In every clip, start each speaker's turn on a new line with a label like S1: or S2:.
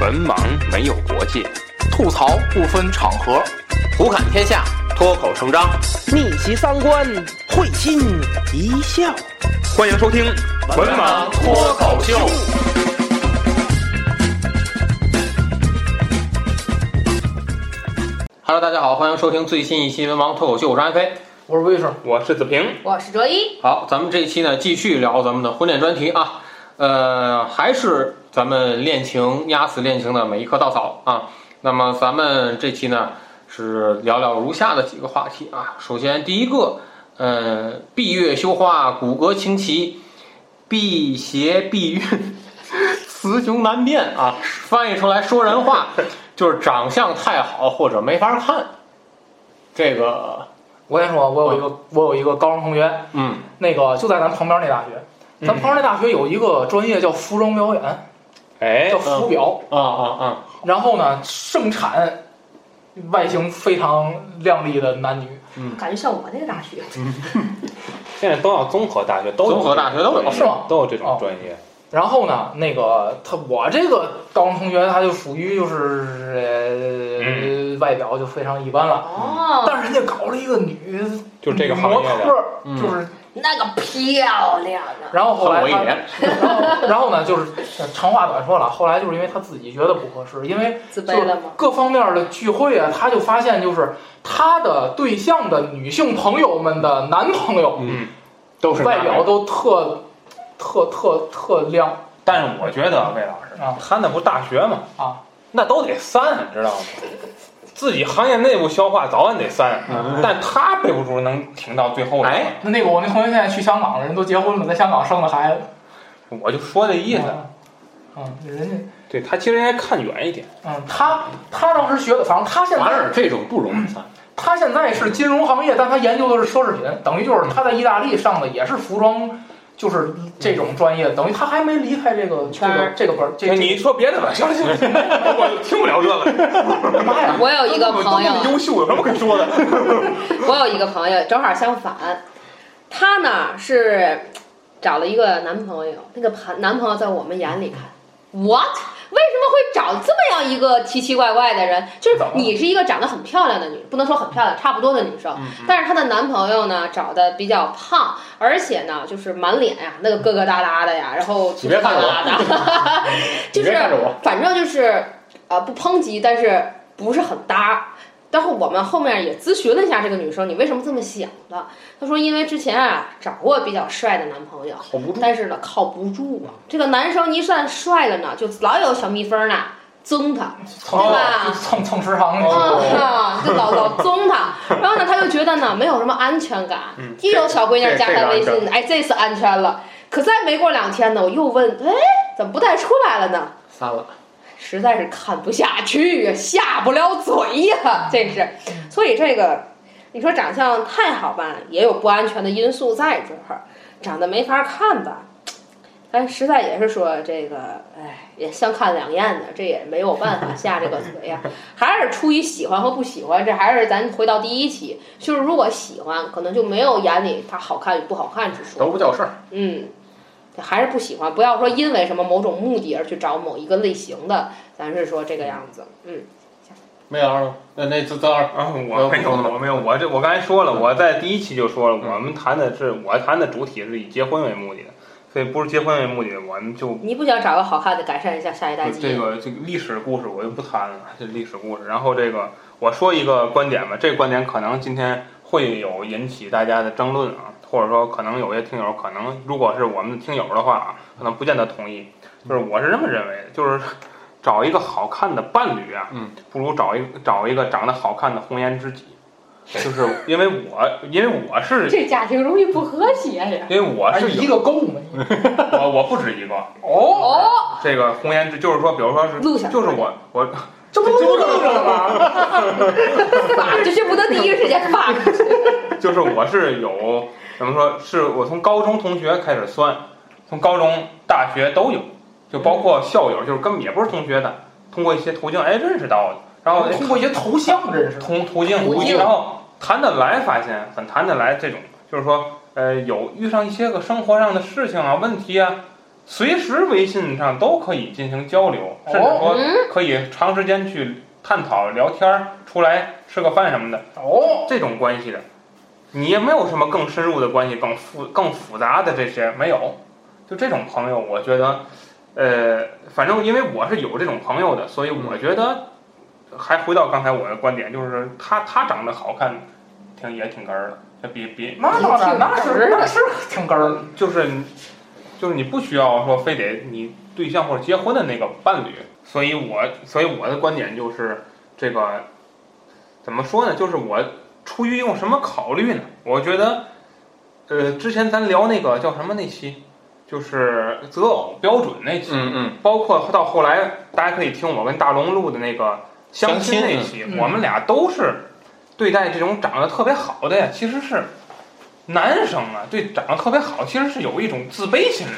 S1: 文盲没有国界，吐槽不分场合，胡侃天下，脱口成章。
S2: 逆袭三观，会心一笑。
S1: 欢迎收听《文盲脱口秀》。Hello，大家好，欢迎收听最新一期《文盲脱口秀》，我是安飞，
S2: 我是魏叔，
S1: 我是子平。
S3: 我是卓一，
S1: 好，咱们这一期呢，继续聊咱们的婚恋专题啊，呃，还是咱们恋情压死恋情的每一棵稻草啊。那么咱们这期呢是聊聊如下的几个话题啊。首先第一个，呃，闭月羞花，骨骼清奇，辟邪避孕， 雌雄难辨啊。翻译出来说人话，就是长相太好或者没法看。这个，
S4: 我跟你
S5: 嗯
S4: 说，我有一个、我有一个高中同学，
S1: 嗯，
S4: 那个就在咱旁边那大学，
S5: 嗯
S4: 咱旁边那大学有一个专业叫服装表演，
S5: 哎
S4: 叫，服表。
S1: 啊啊啊，
S4: 然后呢，盛产外形非常靓丽的男女。
S3: 感觉像我那个大学，
S5: 现在都要综合大学，都有
S1: 综合大学都有
S4: 哦，是吗？
S5: 都有这
S4: 哦
S5: 种专业。
S4: 然后呢，那个他我这个高中同学他就属于就是、
S5: 嗯
S4: 呃外表就非常一般
S1: 啊
S4: 了，
S3: 哦，
S4: 但是人家搞了一个女
S5: 就这个行
S4: 模
S5: 业的，
S4: 特，
S1: 嗯
S4: 就是
S3: 那个漂亮啊！
S4: 然后后
S1: 看
S4: 来
S1: 我一
S4: 他
S1: 脸。
S4: 然后， 然后呢，就是呃长话短说了。后来就是因为他自己觉得不合适，因为
S3: 自
S4: 就是
S3: 卑了吗？
S4: 各方面的聚会啊，他就发现就是他的对象的女性朋友们的男朋友
S5: 嗯，
S1: 都是
S4: 外表，都特特特特亮
S5: 但是我觉得魏老师
S4: 啊
S5: 他那不大学嘛，
S4: 啊，
S5: 那都得散，知道吗？自己行业内部消化，早晚得散。但他备不住能挺到最后的。
S1: 嗯哎，
S4: 那那个我那同学现在去香港了，人都结婚了，在香港生的孩子，
S5: 我就说这意思。
S4: 嗯，人家
S5: 对他其实应该看远一点。
S4: 嗯，他他当时学的，反正他现
S1: 反
S4: 在
S1: 而这种不容易散。
S4: 他现在是金融行业，但他研究的是奢侈品，等于就是他在意大利上的也是服装，就是这种专业，等于他还没离开这个这
S3: 圈
S4: 个
S3: 儿
S4: 这个本儿。这
S5: 行，你说别的吧，行了行了， 行了我就听不了这个。
S4: 这妈呀！
S3: 我有一个朋
S1: 哎
S3: 友
S5: 都那么，优秀，有什么可说的？
S3: 我有一个朋友，正好相反，她呢是找了一个男朋友，那个盘男朋友在我们眼里看，what？为什么会找这么样一个奇奇怪怪的人？就是你是一个长得很漂亮的女，不能说很漂亮，差不多的女生，
S1: 嗯
S3: 但是她的男朋友呢找的比较胖，而且呢就是满脸呀、那个疙疙瘩瘩的呀，然后
S1: 你
S3: 粗粗
S1: 别
S3: 大
S1: 看着我
S3: 大的，啊就
S1: 你别
S3: 是
S1: 看着我，
S3: 反正就是呃不抨击，但是不是很搭。但是我们后面也咨询了一下这个女生，你为什么这么想的？她说因为之前啊找过比较帅的男朋友，
S1: 靠不住。
S3: 但是呢靠不住啊。这个男生一旦帅了呢，就老有小蜜蜂呢憎他，
S4: 蹭
S3: 对吧
S4: 蹭蹭食堂
S1: 哦
S4: 那
S3: 啊，就老老棕他。然后呢，他就觉得呢没有什么安全感
S5: 嗯，
S3: 一有小闺女加他微
S5: 这这
S3: 信，哎，这次安全了。可再没过两天呢，我又问，哎，怎么不带出来了呢？
S1: 散了，
S3: 实在是看不下去呀， 下不了嘴呀，这是。所以这个，你说长相太好吧，也有不安全的因素在这儿，长得没法看吧。但实在也是说这个，哎，也相看两厌的，这也没有办法下这个嘴呀。 还是出于喜欢和不喜欢，这还是咱回到第一期，就是如果喜欢，可能就没有眼里它好看与不好看之说。
S1: 都不叫事儿。
S3: 嗯，还是不喜欢，不要说因为什么某种目的而去找某一个类型的，咱是说这个样子。嗯，
S1: 没有了，那那这这二
S5: 啊，我没有，我没有，我这我刚才说了，我在第一期就说了，我们谈的是我谈的主体是以结婚为目的的，所以不是结婚为目的，我们就
S3: 你不想找个好看的，改善一下下一代基
S5: 这
S3: 因？
S5: 个这个历史故事我就不谈了，这历史故事。然后这个我说一个观点吧，这个观点可能今天会有引起大家的争论啊，或者说可能有些听友可能如果是我们的听友的话啊，可能不见得同意。就是我是这么认为的，就是找一个好看的伴侣啊，
S1: 嗯，
S5: 不如找一个找一个长得好看的红颜知己。就是因为我，因为我是，
S3: 这家庭容易不和谐 呀。
S5: 因为我
S4: 个，
S5: 是
S4: 是啊一
S5: 有
S4: 个够吗？
S5: 我我不止一个
S4: 哦，
S3: 哦，
S5: 这个红颜知，就是说，比如说是，
S3: 录下来
S5: 就是我我
S4: 这不录着了吗？
S3: 发，就是不能第一时间发。
S5: 就是我是有怎么说，是我从高中同学开始算，从高中、大学都有，就包括校友，就是根本也不是同学的，通过一些途径哎认识到的，然后哎
S4: 通过一些头像认识的。
S5: 通途径
S3: 途径
S5: 然后谈得来，发现很谈得来这种，就是说呃有遇上一些个生活上的事情啊、问题啊，随时微信上都可以进行交流，甚至说
S3: 嗯，
S5: 可以长时间去探讨、聊天儿，出来吃个饭什么的，
S4: 哦，
S5: 这种关系的，你也没有什么更深入的关系、更复、更复杂的这些没有。就这种朋友，我觉得，呃，反正因为我是有这种朋友的，所以我觉得，还回到刚才我的观点，就是他他长得好看，挺也挺哏儿的，他比比
S4: 那当然，那
S3: 挺哏儿
S4: 是
S3: 的
S4: 那是挺哏儿的。
S5: 就是就是你不需要说非得你对象或者结婚的那个伴侣，所以我所以我的观点就是这个怎么说呢？就是我出于用什么考虑呢？我觉得，呃，之前咱聊那个叫什么那期，就是择偶标准那期，
S1: 嗯嗯，
S5: 包括到后来，大家可以听我跟大龙录的那个相亲
S1: 相亲
S5: 那期，
S4: 嗯
S5: 我们俩都是对待这种长得特别好的呀，其实是男生啊，对长得特别好，其实是有一种自卑心理，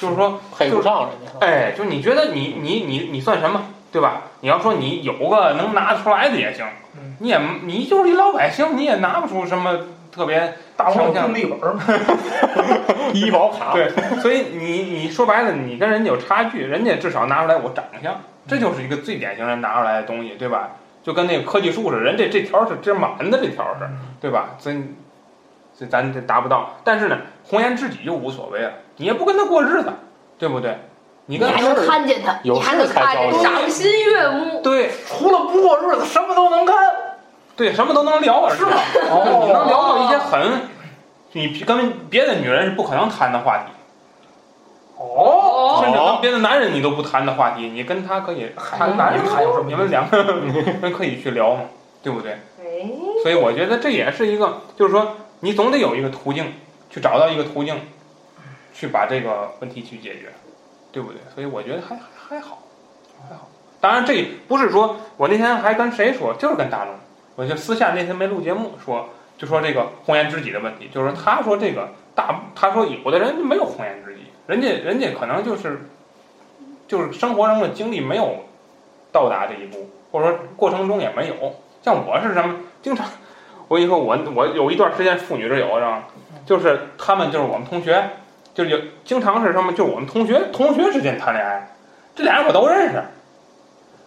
S5: 就是说，
S1: 配不上人家。
S5: 哎，就你觉得你你你你算什么，对吧？你要说你有个能拿得出来的也行
S4: 嗯，
S5: 你也你就是一老百姓，你也拿不出什么特别
S4: 大龙有工地本儿嘛，
S1: 医保卡，
S5: 对， 所以你你说白了，你跟人家有差距，人家至少拿出来我长相，这就是一个最典型人拿出来的东西，对吧？就跟那个科技树似的，人这这条是这满的，这条是，对吧？所以所以咱这达不到，但是呢，红颜知己就无所谓了，你也不跟他过日子，对不对？你跟
S1: 有
S5: 他
S1: 事儿
S6: 看见他，
S1: 有事儿才交流。
S3: 赏心悦目，
S5: 对
S4: 除了不过日子，什么都能干。
S5: 对什么都能聊，是吧？
S4: 哦
S5: 你能聊到一些很你跟别的女人是不可能谈的话题，
S4: 哦，
S5: 甚至
S1: 哦
S5: 跟别的男人你都不谈的话题，你跟他可以
S4: 还男人还有什么
S5: 你们两个人可以去聊嘛，对不对？
S3: 哎，
S5: 所以我觉得这也是一个，就是说你总得有一个途径去找到一个途径，去把这个问题去解决，对不对？所以我觉得还还还好，还好。当然，这不是说我那天还跟谁说，就是跟大龙，我就私下那天没录节目说，就说这个红颜知己的问题，就是他说这个大，他说有的人就没有红颜知己，人家人家可能就是就是生活中的经历没有到达这一步，或者说过程中也没有。像我是什么，经常我跟你说，我我有一段时间妇女之友，知道吗？就是他们就是我们同学，就是有经常是什么，就是我们同学同学之间谈恋爱，这俩人我都认识。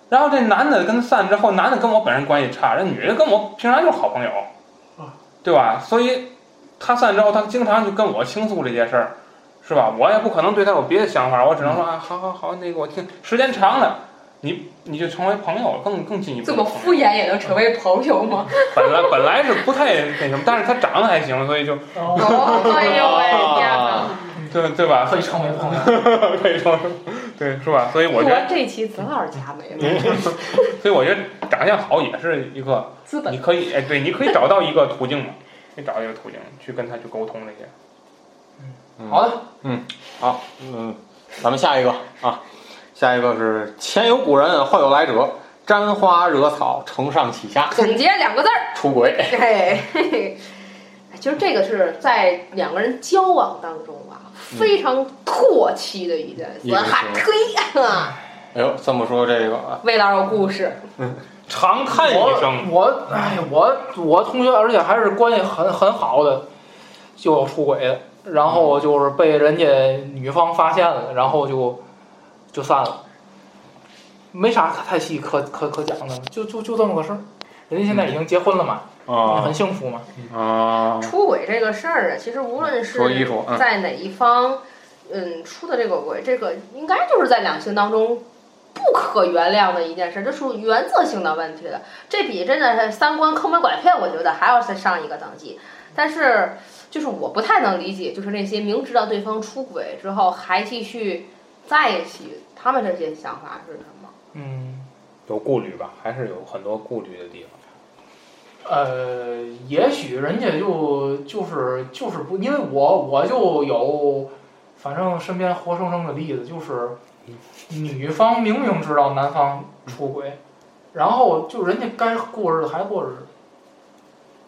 S5: 然后这男的跟散之后，男的跟我本人关系差，这女的跟我平常就是好朋友，对吧？所以他散之后，他经常就跟我倾诉这些事儿，是吧？我也不可能对他有别的想法，我只能说啊，好好好，那个我听。时间长了，你你就成为朋友了，更更进一步
S6: 这
S5: 的
S6: 么
S5: 朋友。
S6: 敷衍也能成为朋友 吗？
S5: 本来本来是不太那什么，但是他长得还行，所以就
S6: 哦，哎呦喂，天哪！
S1: 啊，
S5: 对对吧？
S4: 可以成为朋友。
S5: 可以说是，对是吧？所以我觉得，
S6: 我这期子老师加没了，
S1: 嗯
S5: 所以我觉得长相好也是一个，
S6: 资本
S5: 你可以哎，对，你可以找到一个途径嘛，你找到一个途径去跟他去沟通这些。
S4: 好的，
S1: 好，嗯，咱们下一个啊，下一个是前有古人，后有来者，沾花惹草，承上启下，
S3: 总结两个字儿，
S1: 出轨。
S3: 哎，嘿嘿，其实这个是在两个人交往当中啊，
S1: 嗯
S3: 非常唾弃的一件
S1: 一
S3: 事，
S1: 个
S3: 哈
S1: 是
S3: 呸！啊
S1: 哎呦，这么说这个啊，
S3: 魏老师有故事，
S5: 长叹一声，
S4: 我我哎，我我同学，而且还是关系很很好的，就有出轨的，然后就是被人家女方发现了，然后就就散了，没啥可太细可可可讲的了，就就就这么个事儿。人家现在已经结婚了嘛，
S1: 啊
S4: 很幸福嘛。
S1: 啊，
S3: 出轨这个事儿啊，其实无论是
S1: 说一说，
S5: 啊
S1: 嗯，
S3: 在哪一方，嗯，出的这个轨，这个应该就是在两性当中不可原谅的一件事，这属于原则性的问题了。这比真的是三观坑蒙拐骗，我觉得还要再上一个等级。但是，就是我不太能理解，就是那些明知道对方出轨之后还继续在一起，他们这些想法是什么？
S4: 嗯，
S5: 有顾虑吧，还是有很多顾虑的地方。
S4: 呃，也许人家就就是就是不，因为我我就有，反正身边活生生的例子，就是女方明明知道男方出轨，然后就人家该过日子还过日子。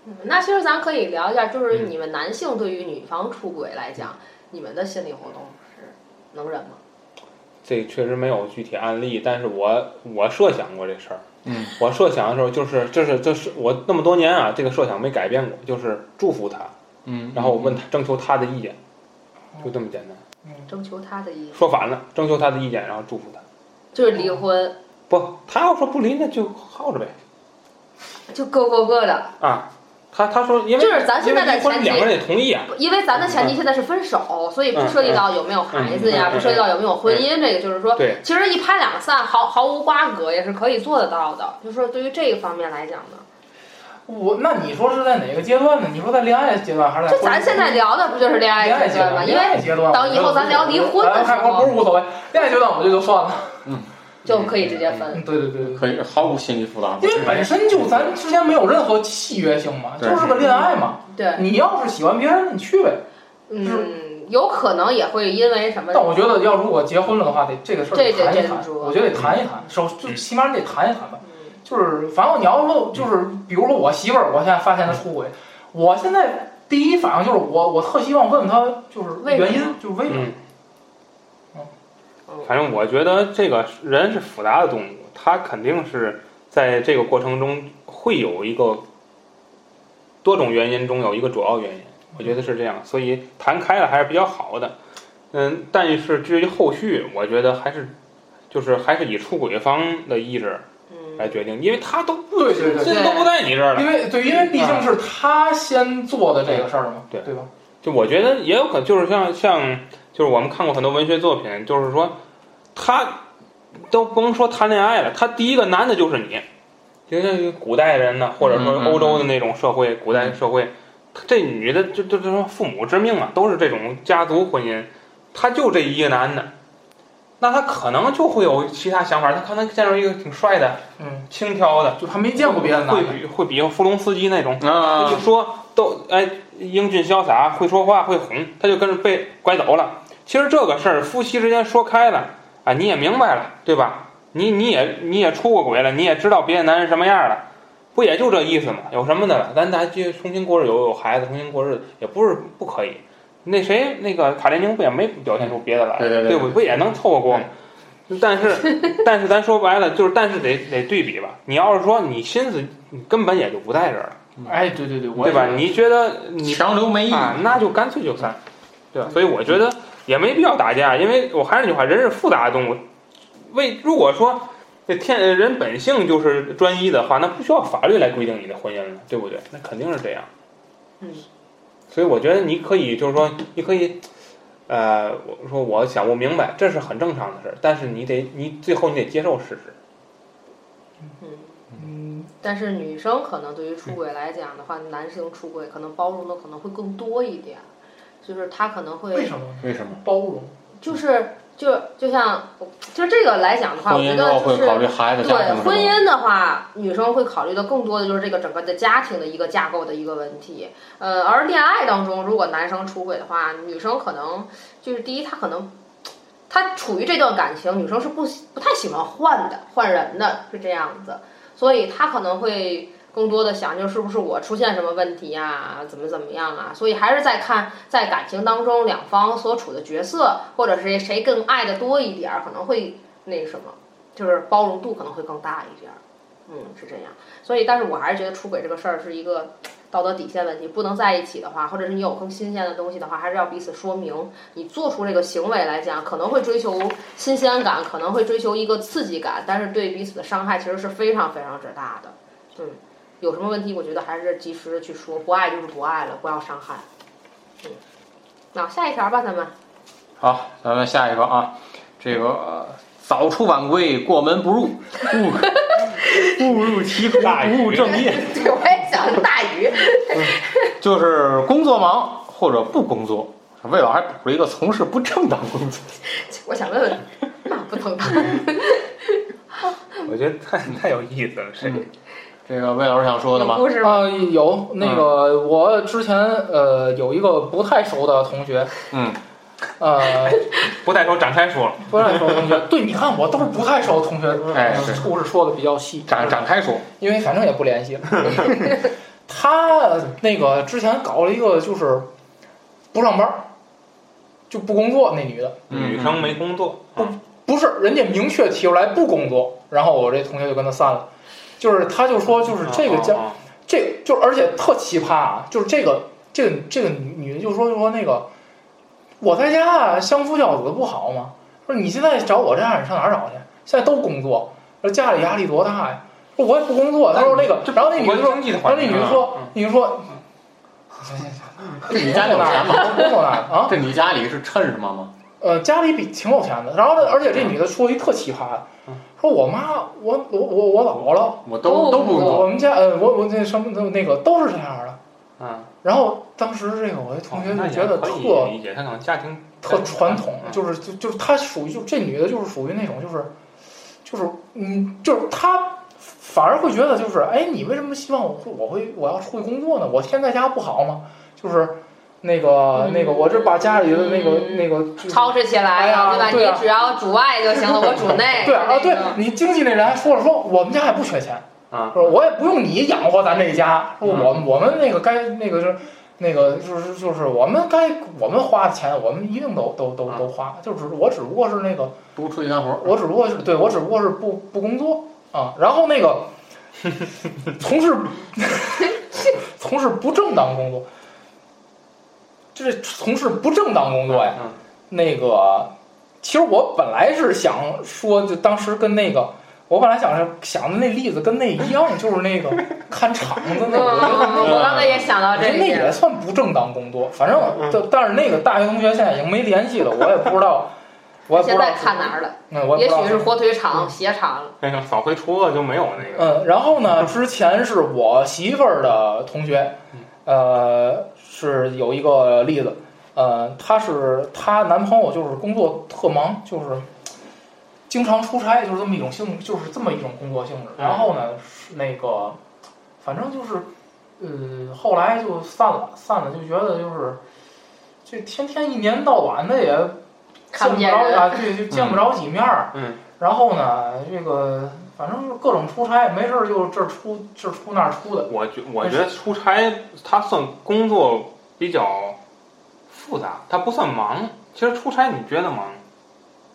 S3: 嗯那其实咱可以聊一下，就是你们男性对于女方出轨来讲，你们的心理活动是能忍吗？
S5: 这确实没有具体案例，但是我我设想过这事儿。
S1: 嗯，
S5: 我设想的时候就是，这是这是我那么多年啊，这个设想没改变过，就是祝福他，
S1: 嗯，
S5: 然后我问他征求他的意见，就这么简单。
S3: 征求他的意见，
S5: 说反了，征求他的意见，然后祝福他。
S3: 就是离婚，
S5: 不，他要说不离，那就耗着呗。
S3: 就各过各的。
S5: 啊，他他说，因为
S3: 就是咱现在
S5: 因
S3: 的
S5: 为离婚
S3: 前提
S5: 两个人得同意啊。
S3: 因为咱的前提现在是分手，所以不涉及到有没有孩子
S5: 嗯
S3: 呀，
S5: 嗯嗯
S3: 不涉及到有没有婚姻，这个就是说，
S5: 对，
S3: 其实一拍两散，毫毫无瓜葛也是可以做得到的。就是说，对于这个方面来讲呢，
S4: 我那你说是在哪个阶段呢？你说在恋爱阶段还是在
S3: 就
S4: 婚
S3: 咱
S4: 姻
S3: 现在聊的不就是恋
S4: 恋
S3: 爱
S4: 爱
S3: 阶
S4: 阶
S3: 段吗？
S4: 段？
S3: 因
S4: 恋
S3: 为
S4: 爱阶段，
S3: 等以后咱聊离婚的
S4: 咱
S3: 时
S4: 开光
S3: 候
S4: 不是无所谓，恋爱阶段我觉得就算了。
S3: 就可以直接分。
S4: 嗯，对对对对。
S1: 可以毫无心理 负担。啊
S4: 因为本身就咱之间没有任何契约性嘛，
S1: 对
S4: 就是个恋爱嘛。
S3: 对，
S4: 你要是喜欢别人，你去呗。
S3: 嗯，有可能也会因为什么
S4: 但我觉得要如果结婚了的话，得这个事儿
S3: 对
S4: 得
S3: 对
S4: 谈一
S3: 这
S4: 谈
S3: 是。
S4: 我觉得得谈一谈，首就
S5: 嗯
S4: 起码得谈一谈吧。
S3: 嗯
S4: 就是反正你要说就是，
S5: 嗯
S4: 比如说我媳妇儿，我现在发现她出轨，我现在第一反应就是我我特希望问问她就是
S3: 为什么
S4: 原因，就是为什么。
S5: 嗯，
S3: 嗯
S5: 反正我觉得这个人是复杂的动物，他肯定是在这个过程中会有一个多种原因中有一个主要原因，我觉得是这样，所以谈开了还是比较好的。嗯，但是至于后续，我觉得还是就是还是以出轨方的意志
S3: 嗯
S5: 来决定，因为他都不
S4: 对对对
S5: 这都不在你这儿了。
S4: 因为对，因为毕竟是她先做的这个事儿嘛，
S5: 对
S4: 对吧？
S5: 就我觉得也有可，就是像像就是我们看过很多文学作品，就是说他都甭说谈恋爱了，他第一个男的就是你，就像古代人呢，或者说
S1: 嗯嗯
S5: 欧洲的那种社会，古代社会，这女的就就就说父母之命啊，都是这种家族婚姻，他就这一个男的，那他可能就会有其他想法，他可能见着一个挺帅的、
S4: 嗯，
S5: 轻佻的，
S4: 就她没见过别的男
S5: 会
S4: 的，
S5: 比会比弗隆斯基那种。他就
S1: 啊，
S5: 说都哎英俊潇洒，会说话，会哄，他就跟着被拐走了。其实这个事儿，夫妻之间说开了啊，你也明白了，对吧？你你也你也出过轨了，你也知道别的男人什么样了，不也就这意思吗？有什么的了？咱咱去重新过日子，有有孩子，重新过日子也不是不可以。那谁那个卡列宁不也没表现出别的来，
S1: 对对对嗯
S5: 不不也能凑合过吗？但是但是咱说白了就是，但是得得对比吧。你要是说你心思你根本也就不在这儿了。
S4: 哎，对对对，我
S5: 对
S4: 也
S5: 吧？你觉得你
S1: 强留没意义。
S5: 啊，那就干脆就散，对吧？所以我觉得也没必要打架，因为我还是那句话，人是复杂的动物。为如果说这天呃人本性就是专一的话，那不需要法律来规定你的婚姻了，对不对？那肯定是这样。
S3: 嗯。
S5: 所以我觉得你可以就是说，你可以，呃，我说我想不明白，这是很正常的事儿，但是你得你最后你得接受事实。
S3: 嗯。
S4: 嗯，
S3: 但是女生可能对于出轨来讲的话，男性出轨可能包容的可能会更多一点，就是他可能
S4: 为
S3: 会
S4: 什么
S1: 为什么？
S4: 包容？
S3: 就是就就像就这个来讲的话，我
S1: 婚
S3: 觉
S1: 姻之后
S3: 得
S1: 会
S3: 就
S1: 考虑
S3: 是。
S1: 孩子、家
S3: 对
S1: 庭什么
S3: 婚
S1: 的。
S3: 姻的话，女生会考虑的更多的就是这个整个的家庭的一个架构的一个问题。呃，而恋爱当中，如果男生出轨的话，女生可能就是第一，她可能她处于这段感情，女生是不喜不太喜欢换的，换人的是这样子，所以她可能会更多的想，就是不是我出现什么问题呀、怎么怎么样啊？所以还是在看在感情当中两方所处的角色，或者是谁更爱的多一点儿，可能会那什么，就是包容度可能会更大一点儿。嗯，是这样。所以，但是我还是觉得出轨这个事儿是一个道德底线问题，不能在一起的话，或者是你有更新鲜的东西的话，还是要彼此说明。你做出这个行为来讲，可能会追求新鲜感，可能会追求一个刺激感，但是对彼此的伤害其实是非常非常之大的。嗯，有什么问题，我觉得还是及时的去说，不爱就是不爱了，不要伤害。嗯，那下一条吧，咱们。
S1: 好，咱们下一个啊，这个呃早出晚归，过门不入，误误入歧途，
S5: 大
S1: 不务
S5: 鱼
S1: 正业。
S3: 对，我也想大鱼。
S1: 就是工作忙或者不工作。魏老还补了一个从事不正当工作，
S3: 我想问问，那不能当？
S5: 我觉得太太有意思了，谁？
S4: 嗯
S1: 这个魏老师想说的
S3: 有
S1: 吗？
S3: 故事吗？
S4: 啊、有那个、我之前呃有一个不太熟的同学，
S1: 嗯，
S4: 呃，
S5: 不带头展开说了，
S4: 不太熟的同学， 对，你看我都是不太熟的同学，嗯
S1: 哎对
S4: 故事说的比较细，嗯
S1: 展展开说，
S4: 因为反正也不联系了。他呃那个之前搞了一个就是不上班儿，就不工作那女的，
S1: 嗯
S5: 女生没工作，
S4: 嗯
S5: 啊
S4: 不是人家明确提出来不工作，然后我这同学就跟他散了，就是他就说就是嗯这个家
S5: 啊
S4: 这个就而且特奇葩啊，就是这个这个这个女女的就说就说那个，我在家相夫教子不好吗？说你现在找我这样，你上哪儿找去？现在都工作，说家里压力多大呀？说我也不工作。他说那个，然后那女的说，
S5: 经济的
S4: 然后
S5: 环
S4: 那
S5: 境
S4: 女的
S5: 啊
S4: 说
S5: 嗯，
S4: 女的说，
S1: 这你家里有
S4: 工作那
S1: 钱
S4: 儿
S1: 吗？
S4: 工作那儿啊？
S5: 嗯
S1: 这你家里是趁什么吗？
S4: 呃，家里比挺有钱的。然后呢，而且这女的说一特奇葩的
S5: 嗯，
S4: 说我妈，我我我我姥姥，
S1: 我都
S6: 哦
S1: 都不
S4: 我
S1: 用，
S4: 们家呃，我我那什么那个都是这样的。
S5: 嗯，
S4: 然后当时这个我的同学就觉得
S5: 哦那
S4: 特、
S5: 也可以理解，他可能家庭
S4: 特传统，
S5: 嗯
S4: 就是就就是她属于就这女的，就是属于那种就是就是嗯，就是她反而会觉得就是哎，你为什么希望我会我会我要出去工作呢？我天天在家不好吗？就是那个、
S5: 嗯
S4: 那个，我这把家里的那个、
S3: 嗯
S4: 那个就是
S3: 操持起
S4: 哎
S3: 来
S4: 呀
S3: 了，对吧？
S4: 对啊
S3: 你只要主外就行了，我主 内。
S4: 对啊，
S3: 那
S4: 对
S3: 个
S4: 你经济那人还说了说，我们家也不缺钱，
S5: 啊
S4: 说我也不用你养活咱这一家，说我我们那个该那个是那个就是就是我们该我们花的钱，我们一定都都都都花，就是我只不过是那个
S1: 不出去干活。
S4: 我只不过是对我只不过是不不工作啊，然后那个从事从事不正当工作，这是从事不正当工作呀。
S5: 嗯
S4: 那个，其实我本来是想说，就当时跟那个，我本来想着想的那例子跟那一样，就是那个看场子那
S3: 嗯，
S4: 个。
S3: 我刚才也想到
S4: 我
S3: 这
S4: 觉得那
S3: 一
S4: 也
S3: 点。
S4: 算不正当工作，反正我但但是那个大学同学现在已经没联系了，我也不知 道，我也不知
S3: 现
S4: 道
S3: 在看哪儿了？
S4: 嗯，我也
S3: 也
S4: 不知道
S3: 许是火腿肠、鞋肠。
S5: 那个扫黑除恶就没有那个，
S4: 嗯，然后呢，之前是我媳妇儿的同学，
S5: 嗯
S4: 呃，是有一个例子，呃，她是她男朋友就是工作特忙，就是经常出差，就是这么一种性，就是这么一种工作性质。
S5: 嗯
S4: 然后呢，是那个反正就是，呃，后来就散了，散了就觉得就是这天天一年到晚的也
S3: 看
S4: 见
S3: 不
S4: 不
S3: 见
S4: 着
S3: 人
S4: 啊，对，就见不着几面儿。
S5: 嗯。
S4: 然后呢，这个反正就是各种出差，没事儿就这儿出这儿出那儿出的。
S5: 我觉我觉得出差它算工作比较复杂，它不算忙。其实出差你觉得忙？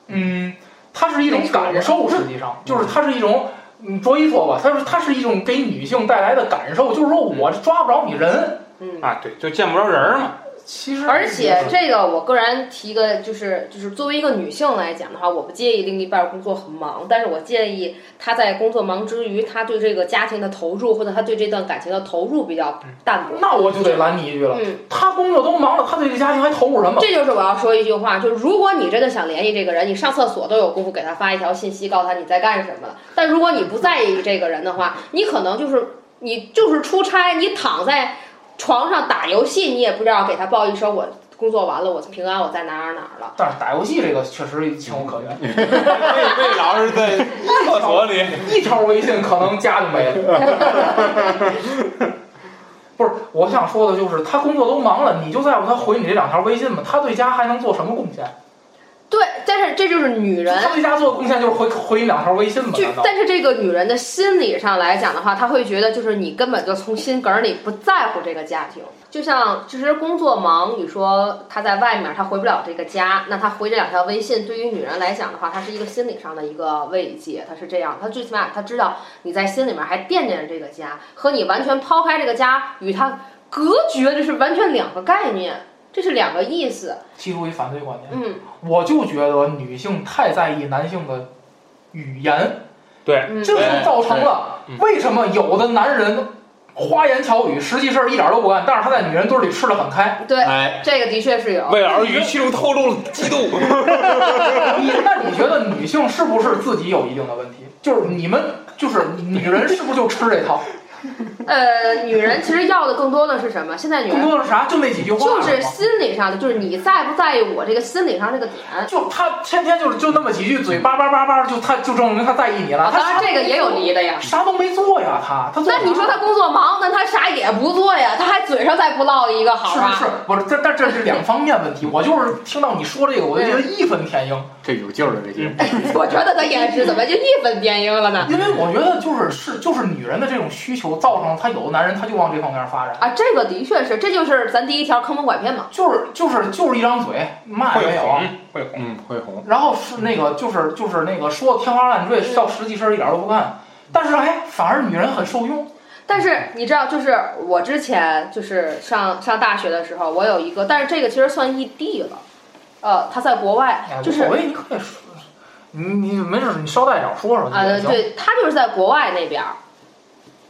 S4: 嗯，它是一种感受，实际上就是它是一种，嗯，着一说吧，它是它是一种给女性带来的感受，就是说我抓不着你人，
S3: 嗯，
S5: 啊，对，就见不着人儿嘛。
S4: 其实
S3: 而且这个，我个人提个，就是就是作为一个女性来讲的话，我不介意另一半工作很忙，但是我建议她在工作忙之余，她对这个家庭的投入或者她对这段感情的投入比较淡薄。
S4: 那我就得拦你一句了，
S3: 嗯，
S4: 他工作都忙了，他对这家庭还投入什么？
S3: 这就是我要说一句话，就是如果你真的想联系这个人，你上厕所都有功夫给他发一条信息，告诉他你在干什么了。但如果你不在意这个人的话，你可能就是你就是出差，你躺在床上打游戏，你也不知道给他报一声我工作完了，我平安，我在哪儿哪儿了。
S4: 但是打游戏这个确实情有可原，
S5: 为为老是在厕所里，
S4: 一条微信可能家就没了。不是，我想说的就是他工作都忙了，你就在乎他回你这两条微信吗？他对家还能做什么贡献？
S3: 对，但是这就是女人。
S4: 他对家做的贡献就是回回你两条微信吗？
S3: 就
S4: 难道？
S3: 但是这个女人的心理上来讲的话，她会觉得就是你根本就从心梗儿里不在乎这个家庭。就像其实工作忙，你说她在外面，她回不了这个家，那她回这两条微信，对于女人来讲的话，她是一个心理上的一个慰藉，她是这样，她最起码她知道你在心里面还惦念着这个家，和你完全抛开这个家与她隔绝，这是完全两个概念，这是两个意思。
S4: 提出一反对观点，
S3: 嗯
S4: 我就觉得女性太在意男性的语言，
S5: 对，
S3: 嗯，
S4: 这就造成了
S5: 对嗯
S4: 为什么有的男人花言巧语，实际事儿一点都不干，但是他在女人堆里吃得很 开。
S3: 嗯对，
S1: 哎，
S3: 这个的确是有。
S5: 为老是语气中透露了嫉妒。
S4: 你那你觉得女性是不是自己有一定的问题？就是你们就是女人是不是就吃这 套？
S3: 呃，女人其实要的更多的是什么？现在女
S4: 更
S3: 人
S4: 多的是啥？就那几句话
S3: 就
S4: 吗。
S3: 是心理上的，就是你在不在意我这个心理上这个点。
S4: 就他天天就是就那么几句嘴叭叭叭叭，就他就证明他在意你了。
S3: 啊当
S4: 他
S3: 然，这个也有离的呀。
S4: 啥都没做呀，他他做啥
S3: 那你说他工作忙，那他啥也不做呀，他还嘴上再不落一个好
S4: 是是
S3: 啊？
S4: 是，不是这但这是两方面问题。我就是听到你说这个，我就觉得义愤填膺，
S1: 这有劲儿了，这节目。
S3: 我觉得他也是怎么就义愤填膺了呢？
S4: 因为我觉得就是是就是女人的这种需求造成了他有的男人他就往这方面发展，
S3: 啊，这个的确是，这就是咱第一条坑蒙拐骗嘛。
S4: 就是就是就是一张嘴，嘛也
S5: 会
S4: 没有。
S5: 红，会红。
S1: 嗯，会红。
S4: 然后是那个就是就是那个说的天花乱坠，到实际事儿一点都不干，但是哎，反而女人很受用。
S3: 但是你知道，就是我之前就是上上大学的时候，我有一个，但是这个其实算异地了。呃，他在国外
S4: 哎，
S3: 就
S4: 无
S3: 是
S4: 所谓，你可以说，你你没事儿，你捎带脚说说
S3: 啊，
S4: 也行。
S3: 对，他就是在国外那边儿，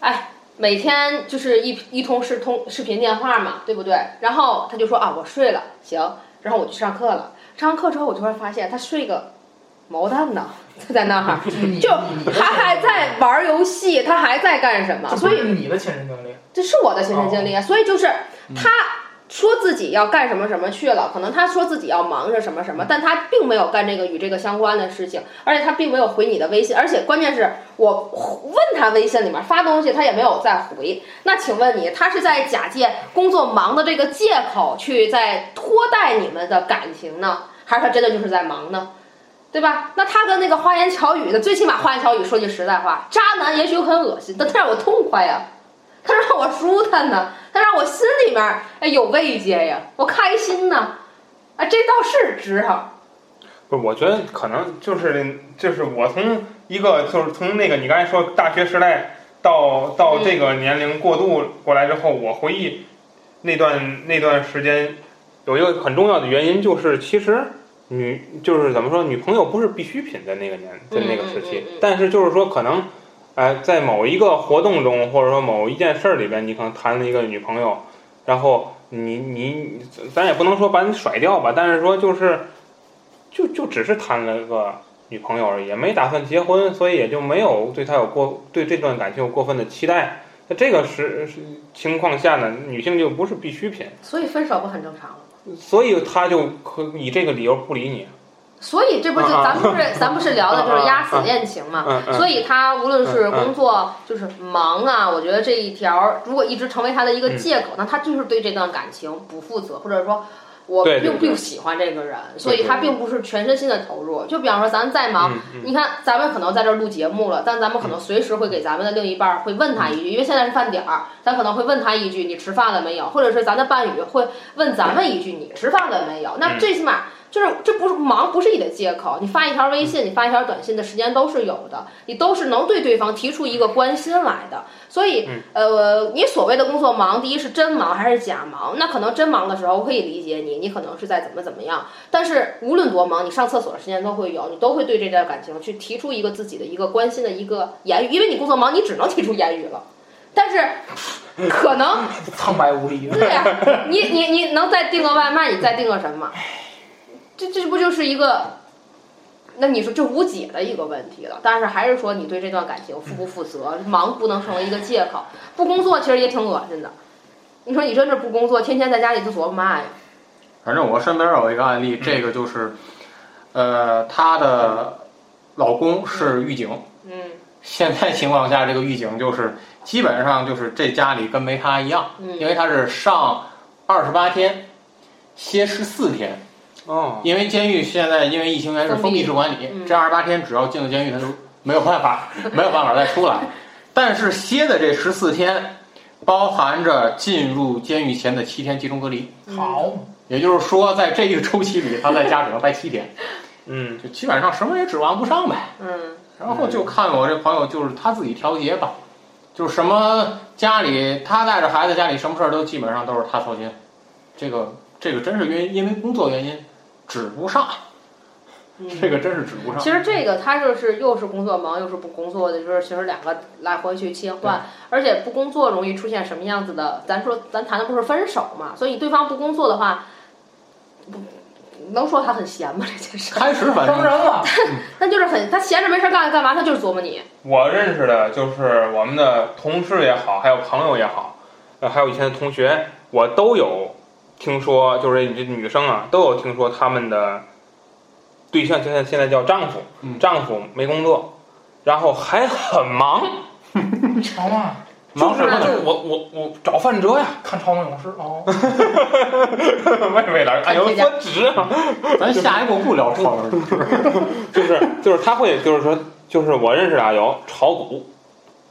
S3: 哎，每天就是一一通视通视频电话嘛，对不对？然后他就说啊，我睡了，行，然后我去上课了。上完课之后，我突然发现他睡个毛蛋呢， 他在那儿，就他还在玩儿游戏，他还在干什么？
S4: 这不
S3: 所以
S4: 是你的亲身经历，
S3: 这是我的亲身经历，啊，所以就是他说自己要干什么什么去了，可能他说自己要忙着什么什么，但他并没有干这个与这个相关的事情，而且他并没有回你的微信，而且关键是我问他微信里面发东西，他也没有再回。那请问你，他是在假借工作忙的这个借口去在拖带你们的感情呢，还是他真的就是在忙呢？对吧？那他跟那个花言巧语的，最起码花言巧语，说句实在话，渣男也许很恶心，但他让我痛快啊呀。他让我舒坦呢，他让我心里面儿哎有慰藉呀，我开心呢，啊，这倒是值哈。
S5: 不是，我觉得可能就是就是我从一个就是从那个你刚才说大学时代到到这
S3: 嗯
S5: 个年龄过渡过来之后，我回忆那段那段时间有一个很重要的原因就是其实。女就是怎么说，女朋友不是必需品的那个年，在那个时期，
S3: 嗯嗯嗯嗯
S5: 但是就是说，可能，哎、在某一个活动中，或者说某一件事儿里边，你可能谈了一个女朋友，然后你你咱也不能说把你甩掉吧，但是说就是就就只是谈了个女朋友而已，也没打算结婚，所以也就没有对她有过对这段感情有过分的期待。那这个时时情况下呢，女性就不是必需品，
S3: 所以分手不很正常吗？
S5: 所以她就可以这个理由不理你。
S3: 所以这不是
S5: 啊
S3: 咱们不是咱不是聊的就是压死恋情嘛？
S5: 嗯嗯
S3: 啊所以他无论是工作就是忙啊，我觉得这一条儿如果一直成为他的一
S5: 嗯
S3: 个借口，那他就是对这段感情不负责，或者说。我
S5: 对对
S3: 并
S5: 对
S3: 不喜欢这个人，所
S5: 对
S3: 以
S5: 对
S3: 他
S5: 对
S3: 并不是全身心的投入。就比方说，咱再忙，
S5: 嗯嗯，
S3: 你看，咱们可能在这儿录节目了，但咱们可能随时会给咱们的另一半儿会问他一
S5: 嗯
S3: 句，因为现在是饭点儿，咱可能会问他一句你吃饭了没有，或者是咱的伴侣会问咱们一句你吃饭了没有。那
S5: 嗯
S3: 最起码就是这不是忙，不是你的借口。你发一条微
S5: 嗯
S3: 信，你发一条短信的时间都是有的，你都是能对对方提出一个关心来的。所以
S5: 嗯，
S3: 呃，你所谓的工作忙，第一是真忙还是假忙？那可能真忙的时候，我可以理解你，你可能是在怎么怎么样。但是无论多忙，你上厕所的时间都会有，你都会对这段感情去提出一个自己的一个关心的一个言语，因为你工作忙，你只能提出言语了。但是可能
S4: 苍白无力。
S3: 对呀、你你你能再订个外卖，你再订个什么？这这不就是一个？那你说这无解的一个问题了，但是还是说你对这段感情负不负责？忙不能成为一个借口，不工作其实也挺恶心的。你说你真是不工作，天天在家里就琢磨嘛呀？
S1: 反正我身边有一个案例，这个就是，呃，她的老公是狱警，
S3: 嗯
S1: 现在情况下这个狱警就是基本上就是这家里跟没他一样，因
S3: 嗯，
S1: 为他是上二十八天，歇十四天，
S5: 哦，
S1: 因为监狱现在因为疫情原因是嗯封闭式管理，
S3: 嗯
S1: 这二十八天只要进了监狱，他就没有办法， 没有办法再出来。但是歇的这十四天，包含着进入监狱前的七天集中隔离，
S4: 好嘛，
S1: 也就是说，在这一个周期里，他在家只能待七天，
S5: 嗯，
S1: 就基本上什么也指望不上呗。
S3: 嗯
S1: 然后就看我这朋友，就是他自己调节吧，就是什么家里他带着孩子，家里什么事儿都基本上都是他操心，这个这个真是因因为工作原因指不上，
S3: 嗯，
S1: 这个真是指不上。
S3: 其实这个他就是又是工作忙又是不工作的，就是其实两个来回去切换，而且不工作容易出现什么样子的？咱说咱谈的不是分手嘛，所以对方不工作的话，不能说他很闲吗？这件事，
S1: 开始反
S4: 当
S1: 正
S4: 然了，
S3: 那就是很他闲着没事干干嘛？他就是琢磨你，
S5: 我认识的就是我们的同事也好，还有朋友也好，呃，还有以前的同学，我都有听说，就是你这女生啊，都有听说他们的对象现在现在叫丈夫，
S1: 嗯
S5: 丈夫没工作，然后还很忙，
S4: 好嘛，
S5: 忙什么？
S3: 就
S5: 就是是我我我找饭辙 呀，
S4: 看《超能勇士》哦，
S5: 魏魏老师，哎呦，
S3: 看这家
S5: 多值啊！
S1: 咱下一步不聊超人，
S5: 就是就是他会就是说就是我认识啊，有炒股，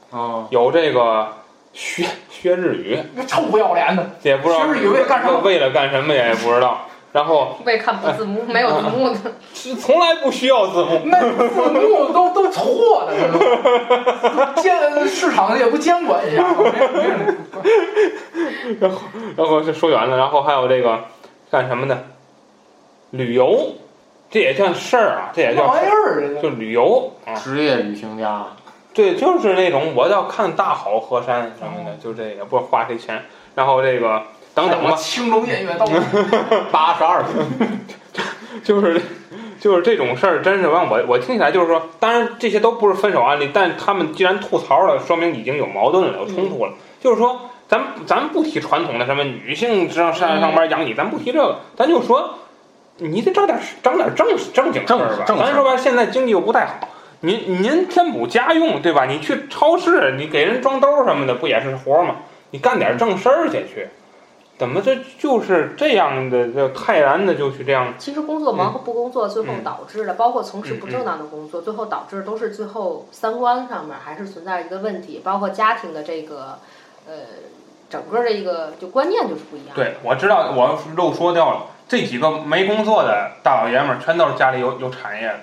S1: 哦，
S5: 有这个学学日语，
S4: 那臭不要脸的，
S5: 也不知道
S4: 其实以为干什么
S5: 为了干什么也不知道。然后
S3: 为看不字幕没有字幕的，
S5: 是从来不需要字幕，
S4: 那字幕都都错的，那 都监市场也不监管一下吗，没有没有人管
S5: 然后就说远了，然后还有这个干什么的，旅游，这也叫事儿啊，这也
S4: 那
S5: 叫
S4: 玩意
S5: 事
S4: 儿这
S5: 儿
S4: 个
S5: 就旅游啊。
S1: 职业旅行家，
S5: 对，就是那种我要看大好河山什么的，就这也不知道花谁钱，然后这个等等吧，嗯
S4: 青龙偃月刀，
S1: 八十二
S5: 就是就是这种事儿，真是让我我听起来就是说，当然这些都不是分手案例，但他们既然吐槽了，说明已经有矛盾了，有冲突了。就是说，咱咱不提传统的什么女性上上上班养你，咱不提这个，咱就说你得整点整点正正经事儿吧。
S1: 正正事儿
S5: 咱说白了，现在经济又不太好。您您添补家用对吧？你去超市，你给人装兜什么的，不也是活儿吗？你干点正事儿去去，怎么这就是这样的？就泰然的就去这样
S3: 其实工作忙和不工作，最后
S5: 嗯
S3: 导致的，包括从事不正当的工作，最后导致的都是最后三观上面还是存在一个问题，包括家庭的这个，呃，整个这个就观念就是不一样。，
S5: 对，我知道，我漏说掉了。这几个没工作的大老爷们儿，全都是家里有有产业的，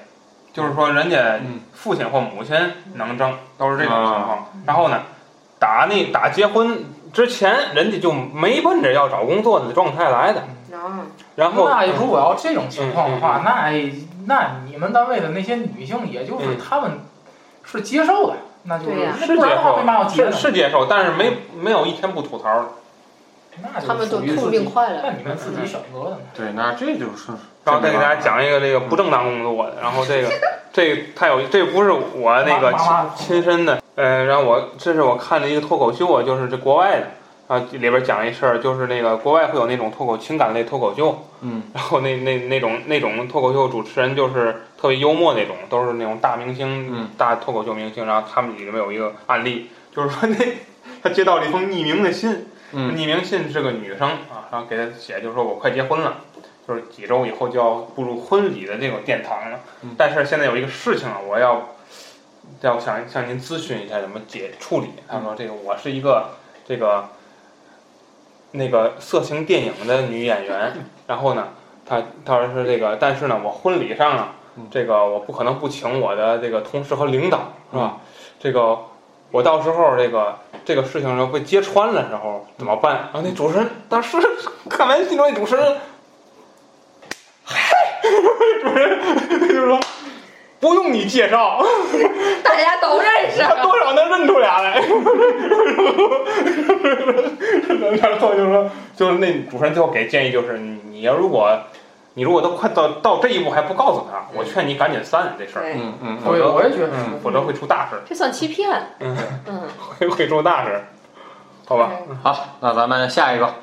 S5: 就是说人家
S1: 嗯
S5: 父亲或母亲能挣，都是这种
S1: 啊
S5: 情况。然后呢，打那打结婚之前，人家就没奔着要找工作的状态来的。
S3: 啊，
S5: 然后嗯
S4: 那如果要这种情况的话，那那你们单位的那些女性，也就是
S5: 嗯
S4: 她们是接受的，那就是
S3: 对呀
S4: 那
S5: 是
S4: 不然
S5: 接
S4: 的话为嘛要
S5: 受，
S4: 接
S5: 是
S4: 呢？
S5: 是接受，但是没没有一天不吐槽的。
S4: 那
S3: 他们
S4: 就
S3: 就
S4: 属于
S3: 是痛
S4: 自
S3: 并
S4: 己，
S3: 快
S4: 那
S3: 乐。
S4: 你们自己选择的嘛。
S1: 对，那这就是。
S5: 然后再给大家讲一个这个不正当工作的，然后 这个这太有，这不是我那个
S4: 妈
S5: 亲
S4: 妈妈
S5: 亲身的，呃，然后我这是我看的一个脱口秀啊，就是这国外的，啊里边讲一事儿，就是那个国外会有那种脱口情感类脱口秀，
S1: 嗯，
S5: 然后那那那种那种脱口秀主持人就是特别幽默那种，都是那种大明星，
S1: 嗯
S5: 大脱口秀明星，然后他们里面有一个案例，就是说那他接到了一封匿名的信，
S1: 嗯
S5: 匿名信是个女生啊，然后给她写，就说我快结婚了，就是几周以后就要步入婚礼的这种殿堂了。
S1: 嗯
S5: 但是现在有一个事情啊，我要要想向您咨询一下怎么解处理。
S1: 嗯
S5: 她说这个我是一个这个那个色情电影的女演员， 然后呢，她她说是这个，但是呢，我婚礼上啊
S1: 嗯，
S5: 这个我不可能不请我的这个同事和领导，是吧？这个我到时候这个这个事情要被揭穿了时候怎么办？然后啊那主持人当时看完戏中那主持人，嗨， 主持人就是说不用你介绍，
S3: 大家都 认识，
S5: 他多少能认出俩来。然后就是说，就是那主持人最后给建议就是，你你要如果你如果都快到到这一步还不告诉他，我劝你赶紧散这事儿，
S3: 嗯对，
S1: 嗯嗯
S4: 我也我也觉得是，
S5: 嗯，否则会出大事，
S3: 这算欺骗。
S5: 嗯
S3: 嗯，
S5: 会 会出大事，好吧？
S1: 嗯，好，那咱们下一个，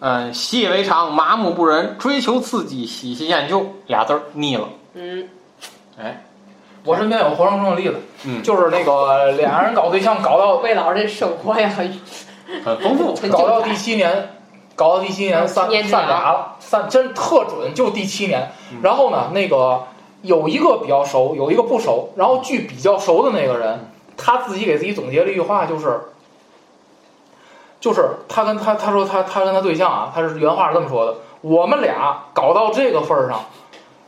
S1: 嗯，习以为常，麻木不仁，追求刺激，喜新厌旧，俩字儿腻了。
S3: 嗯，
S4: 我身边有活生生的例子，
S1: 嗯，
S4: 就是那个俩人搞对象搞到
S3: 魏老师这生活也很
S1: 很丰富。
S3: 很
S4: 搞到
S3: 精
S4: 第
S3: 彩。
S4: 七年，搞到第七年散
S3: 七年之
S4: 散
S3: 痒
S4: 俩了，散真特准，就第七年
S5: 嗯。
S4: 然后呢，那个有一个比较熟，有一个不熟。然后据比较熟的那个人，他自己给自己总结了一句话，就是，就是他跟他他说他他跟他对象啊，他是原话是这么说的：我们俩搞到这个份儿上，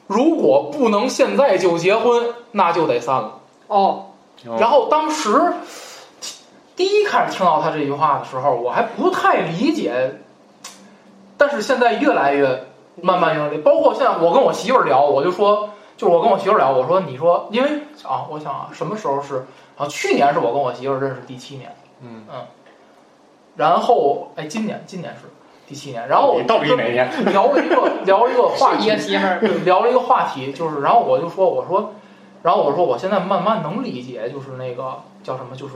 S4: 如果不能现在就结婚，那就得散了。
S3: 哦，
S5: 嗯
S4: 然后当时第一开始听到他这句话的时候，我还不太理解，但是现在越来越慢慢有理，包括现在我跟我媳妇儿聊，我就说，就是我跟我媳妇儿聊，我说你说，因为啊，我想啊，什么时候是啊？去年是我跟我媳妇儿认识第七年，
S1: 嗯
S4: 然后哎，今年今年是第七年，然后我
S5: 你到底哪年？
S4: 聊了一个聊了一个话
S3: 是一
S4: 题
S3: 个，媳妇儿。
S4: 聊了一个话题，就是，然后我就说，我说，然后我说，我现在慢慢能理解，就是那个叫什么，就是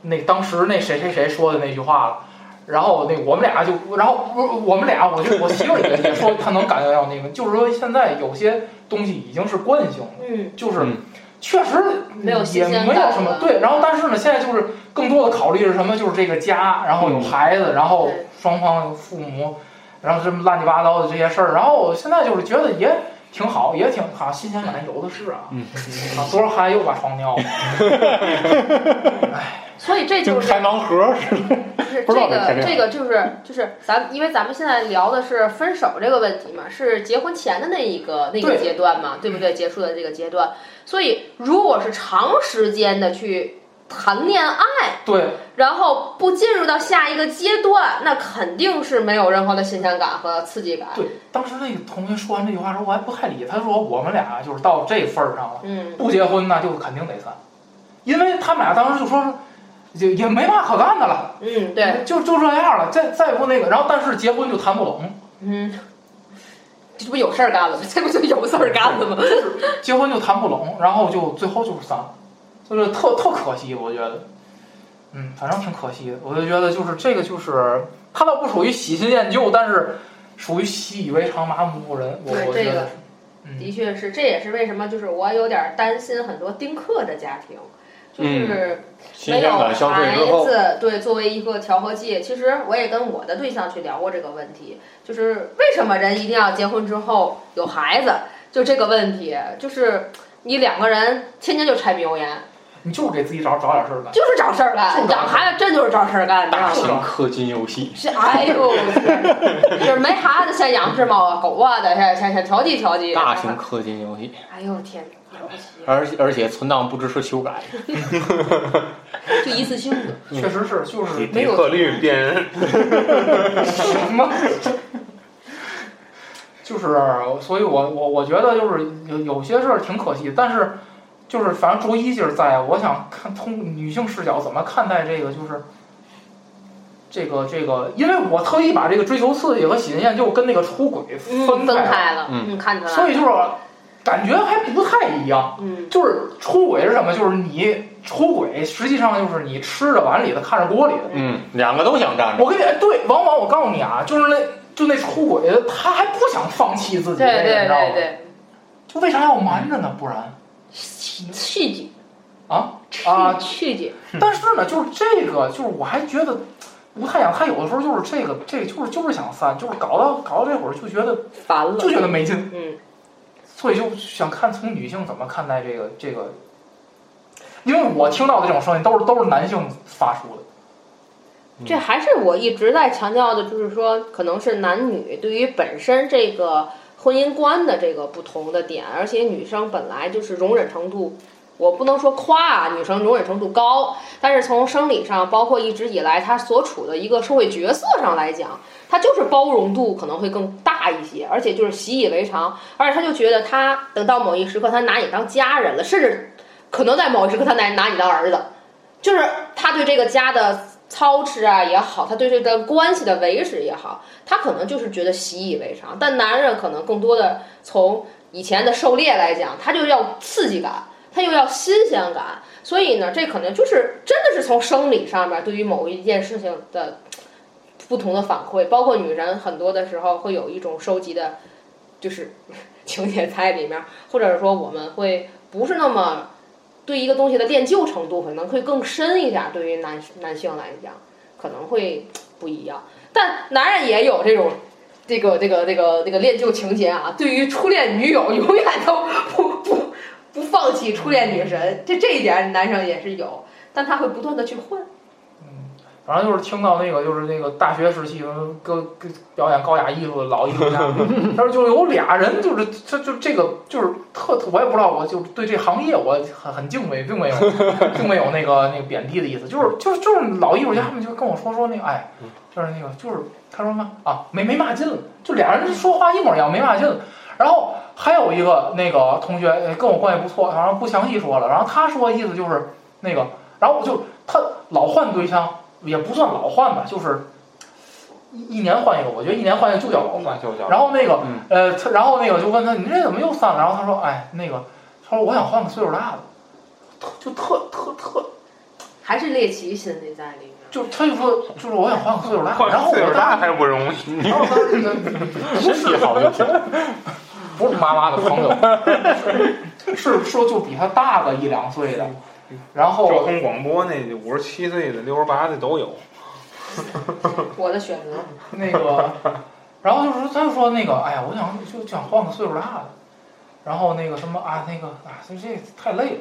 S4: 那当时那谁谁谁说的那句话了。然后那我们俩就，然后我我们俩，我就我媳妇儿也也说，她能感觉到那个，就是说现在有些东西已经是惯性了，
S3: 嗯，
S4: 就是
S1: 嗯
S4: 确实
S3: 没有
S4: 也
S3: 新鲜
S4: 没有
S3: 感
S4: 什么
S3: 了
S4: 对。然后但是呢，现在就是更多的考虑是什么，就是这个家，然后
S1: 嗯
S4: 有孩子，然后
S3: 对
S4: 双方有父母，然后什么乱七八糟的这些事儿。然后我现在就是觉得也挺好，也挺好，新鲜感有的是啊。
S1: 嗯
S4: 啊，昨儿还又把床尿了。
S3: 所以这
S5: 跟
S3: 就是
S5: 开盲盒似的。
S3: 是
S5: 不
S3: 这
S5: 知道得
S3: 个
S5: 肯定
S3: 这个就是就是咱，因为咱们现在聊的是分手这个问题嘛，是结婚前的那一个那个
S4: 对
S3: 阶段嘛，对不对？结束的这个阶段，所以如果是长时间的去谈恋爱，
S4: 对，
S3: 然后不进入到下一个阶段，那肯定是没有任何的新鲜感和刺激感。
S4: 对，当时那个同学说完这句话之后，我还不太理他，说我们俩就是到这份儿上了，
S3: 嗯，
S4: 不结婚那就肯定得散，因为他们俩当时就说是，也也没嘛可干的了，
S3: 嗯，对，，
S4: 就就这样了，再再不那个，然后但是结婚就谈不拢，
S3: 嗯，这不有事儿干了吗？ 这不就有事儿干了吗？
S4: 结婚就谈不拢，然后就最后就是散了，就是特特可惜，我觉得，嗯，反正挺可惜的，我就觉得就是这个就是他倒不属于喜新厌旧，但是属于习以为常、麻木不仁，我
S3: 对
S4: 我觉
S3: 这
S4: 得
S3: 个
S4: 是，嗯
S3: 的确是，这也是为什么就是我有点担心很多丁克的家庭，就是
S1: 新
S3: 没
S1: 鲜
S3: 有
S1: 感
S3: 孩
S1: 消退之后，
S3: 子，对，作为一个调和剂，其实我也跟我的对象去聊过这个问题，就是为什么人一定要结婚之后有孩子，就这个问题，就是你两个人天天就柴米油盐，
S4: 你就是给自己找找点事儿干。
S3: 就是找事儿
S4: 就
S3: 干，
S4: 是找事儿
S3: 养孩子真就是找事儿干，你知道
S1: 大
S3: 吗？
S1: 型氪金游戏，
S3: 是，哎呦，我天就是没孩子先养只猫啊狗啊的，先先先调剂调剂。
S1: 大型氪金游戏，
S3: 哎呦天，了不起，
S1: 而且而且存档不支持修改，
S3: 就一次 性的。
S4: 确实是，就是
S5: 底底特律变
S4: 什么， 就是，所以我我我觉得就是有有些事儿挺可惜，但是就是反正着一就是在我想看通女性视角怎么看待这个，就是这个这个，因为我特意把这个追求刺激和喜新厌旧跟那个出轨
S3: 嗯，
S4: 分
S3: 分
S4: 开了，
S3: 开了，
S1: 嗯
S3: 嗯，看出来
S4: 所
S3: 了，
S4: 以就是感觉还不太一样。
S3: 嗯，
S4: 就是出轨是什么？就是你出轨，实际上就是你吃着碗里的，看着锅里的。
S1: 嗯，两个都想干着，
S4: 我跟你哎对，往往我告诉你啊，就是那就那出轨的，他还不想放弃自己
S3: 对
S4: 这个，你
S3: 对
S4: 知道
S3: 对
S4: 吗？
S3: 对，
S4: 就为啥要瞒着呢？不然
S3: 气气节
S4: 啊啊！
S3: 气节，
S4: 但是呢，就是这个，就是我还觉得不太想。他有的时候就是这个，这个就是就是想散，就是搞到搞到这会儿就觉得
S3: 烦了，
S4: 就觉得没劲，
S3: 嗯，
S4: 所以就想看从女性怎么看待这个这个。因为我听到的这种声音都是都是男性发出的，
S3: 这还是我一直在强调的，就是说，可能是男女对于本身这个婚姻观的这个不同的点，而且女生本来就是容忍程度，我不能说夸啊，女生容忍程度高，但是从生理上，包括一直以来她所处的一个社会角色上来讲，她就是包容度可能会更大一些，而且就是习以为常，而且她就觉得她等到某一时刻，她拿你当家人了，甚至可能在某一时刻，她拿拿你当儿子。就是她对这个家的操持啊也好，他对这段关系的维持也好，他可能就是觉得习以为常。但男人可能更多的从以前的狩猎来讲，他就要刺激感，他又要新鲜感。所以呢，这可能就是真的是从生理上面对于某一件事情的不同的反馈，包括女人很多的时候会有一种收集的，就是情节在里面，或者说我们会不是那么。对一个东西的恋旧程度可能会更深一点，对于男男性来讲可能会不一样。但男人也有这种这个这个这个这个恋旧情节啊，对于初恋女友永远都不不不放弃初恋女神，这这一点男生也是有，但他会不断的去换。
S4: 反正就是听到那个，就是那个大学时期歌歌表演高雅艺术的老艺术家，但是就有俩人，就是这就这个就是特，我也不知道，我就对这行业我很很敬畏，并没有，并没有那个那个贬低的意思，就是就是就是老艺术家们就跟我说说那个，哎，就是那个就是他说嘛啊没没嘛劲了，就俩人说话一模一样，没嘛劲了。然后还有一个那个同学呃跟我关系不错，然后不详细说了，然后他说的意思就是那个，然后我就他老换对象。也不算老换吧，就是一一年换一个，我觉得一年换一个就叫老换。
S5: 那就叫
S4: 然后那个
S1: 嗯
S4: 呃，他然后那个就问他，你这怎么又散了？然后他说，哎，那个，他说我想换个岁数大的，特就特特特，
S3: 还是猎奇心理在里面。
S4: 就他就说，就是我想换个岁数大的。然后我
S5: 岁数大
S4: 当时
S5: 还不容易，
S4: 然后当 时就
S1: 身体好就行。
S4: 不是妈妈的朋友， 是说就比他大个一两岁的，然
S5: 交
S4: 后
S5: 通广播那五十七岁的、六十八的都有。
S3: 我的选择，
S4: 那个，然后就是说他就说那个，哎呀，我想就就想换个岁数大的，然后那个什么啊，那个啊，这这太累了，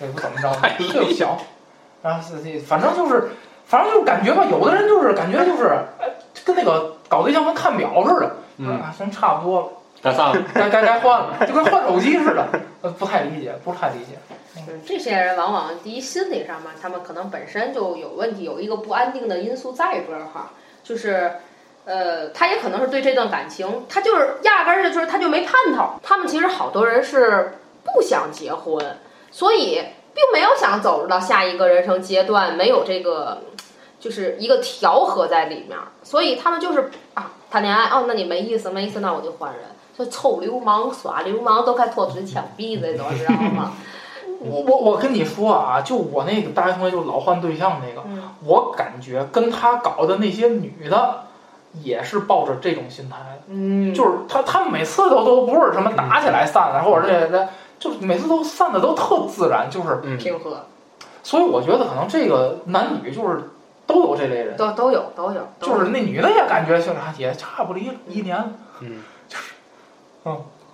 S4: 这不怎么着，岁数小，然后这这反正就是，反正就是感觉吧，有的人就是感觉就是，哎跟那个搞对象跟看表似的，
S1: 嗯
S4: 啊，行，差不多了，
S1: 那算了，
S4: 该该该换了，就跟换手机似的，呃，不太理解，不太理解。
S3: 嗯，这些人往往第一心理上嘛，他们可能本身就有问题，有一个不安定的因素在这儿哈，就是，呃，他也可能是对这段感情，他就是压根儿就是他就没盼头。他们其实好多人是不想结婚，所以并没有想走入到下一个人生阶段，没有这个就是一个调和在里面儿，所以他们就是啊，谈恋爱哦，那你没意思，没意思，那我就换人。就臭流氓、耍流氓都该拖出去枪毙这都知道吗？
S4: 我我我跟你说啊，就我那个大学同学，就老换对象那个，
S3: 嗯
S4: 我感觉跟他搞的那些女的，也是抱着这种心态的，
S3: 嗯，
S4: 就是他他们每次都都不是什么打起来散的，啊或者这这，就是每次都散的都特自然，就是，
S1: 嗯，
S3: 平和，
S4: 所以我觉得可能这个男女就是都有这类人，
S3: 都都有都有，都有
S4: 就是那女的也感觉就是啊也差不离了一年了，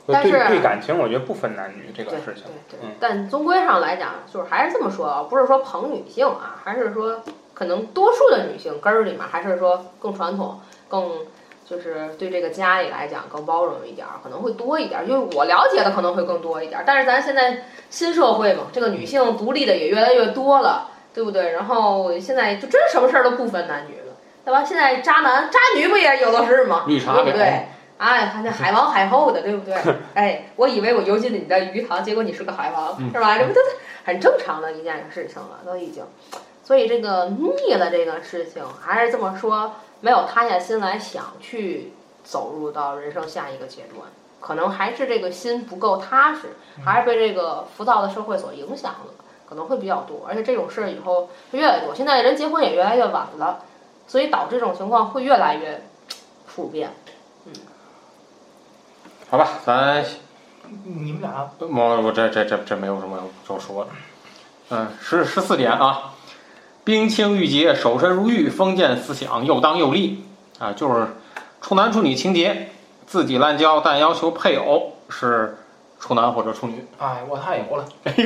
S3: 但是
S5: 对对感情，我觉得不分男女这个
S3: 对
S5: 事情。
S3: 对对
S5: 嗯，
S3: 但终归上来讲，就是还是这么说啊，不是说捧女性啊，还是说可能多数的女性根儿里面还是说更传统，更就是对这个家里来讲更包容一点儿，可能会多一点儿，因为我了解的可能会更多一点儿。但是咱现在新社会嘛，这个女性独立的也越来越多了，对不对？然后现在就真什么事儿都不分男女了，对吧？现在渣男渣女不也有的是吗？
S1: 绿茶
S3: 对
S1: 婊
S3: 不，对？哎，看见海王海 后的，对不对？哎，我以为我游进了你的鱼塘，结果你是个海王，
S1: 嗯
S3: 是吧？这不都很正常的一件事情了，都已经。所以这个腻了这个事情，还是这么说，没有塌下心来想去走入到人生下一个阶段，可能还是这个心不够踏实，
S1: 嗯
S3: 还是被这个浮躁的社会所影响了，可能会比较多。而且这种事儿以后会越来越多，现在人结婚也越来越晚了，所以导致这种情况会越来越普遍。
S1: 好吧，咱
S4: 你们俩
S1: 我我这这这这没有什么要说的。嗯，十十四点啊，冰清玉洁，守身如玉，封建思想又当又立啊，就是处男处女情节，自己滥交，但要求配偶是处男或者处女。
S4: 哎，我太有了。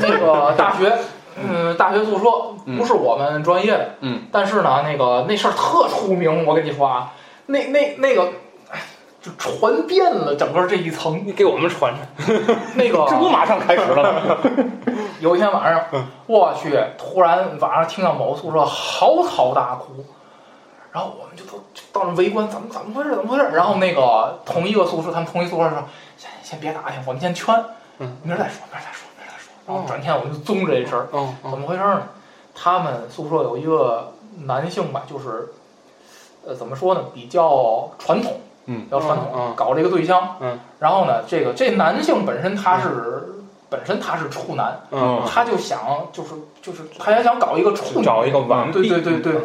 S4: 那个大学，嗯，大学宿舍
S1: 嗯
S4: 不是我们专业的，
S1: 嗯，
S4: 但是呢，那个那事儿特出名，我跟你说啊，那那那个，哎，就传遍了整个这一层。
S5: 你给我们传传，
S4: 那
S1: 这不嗯
S4: 个
S1: 马上开始了吗？
S4: 有一天晚上，我去，突然晚上听到某个宿舍嚎啕大哭。然后我们就都就到那围观，怎么怎么回事？怎么回事？然后那个同一个宿舍，他们同一宿舍说：“先先别打听，我们先圈，
S5: 嗯
S4: 明儿再说，明儿再说，明儿再说。”然
S1: 哦
S4: 后转天我们就宗这事儿，
S5: 嗯
S4: 怎么回事儿呢？他们宿舍有一个男性吧，就是，呃，怎么说呢，比较传统，
S1: 嗯
S4: 比较传统，
S5: 嗯嗯
S4: 搞这个对象，
S5: 嗯，
S4: 然后呢，这个这男性本身他是、本身他是处男，
S5: 嗯
S4: 他就想就是就是他也想搞一个
S5: 嗯，
S4: 处女，
S5: 找一个完
S4: 对
S5: 璧，
S4: 对对对，嗯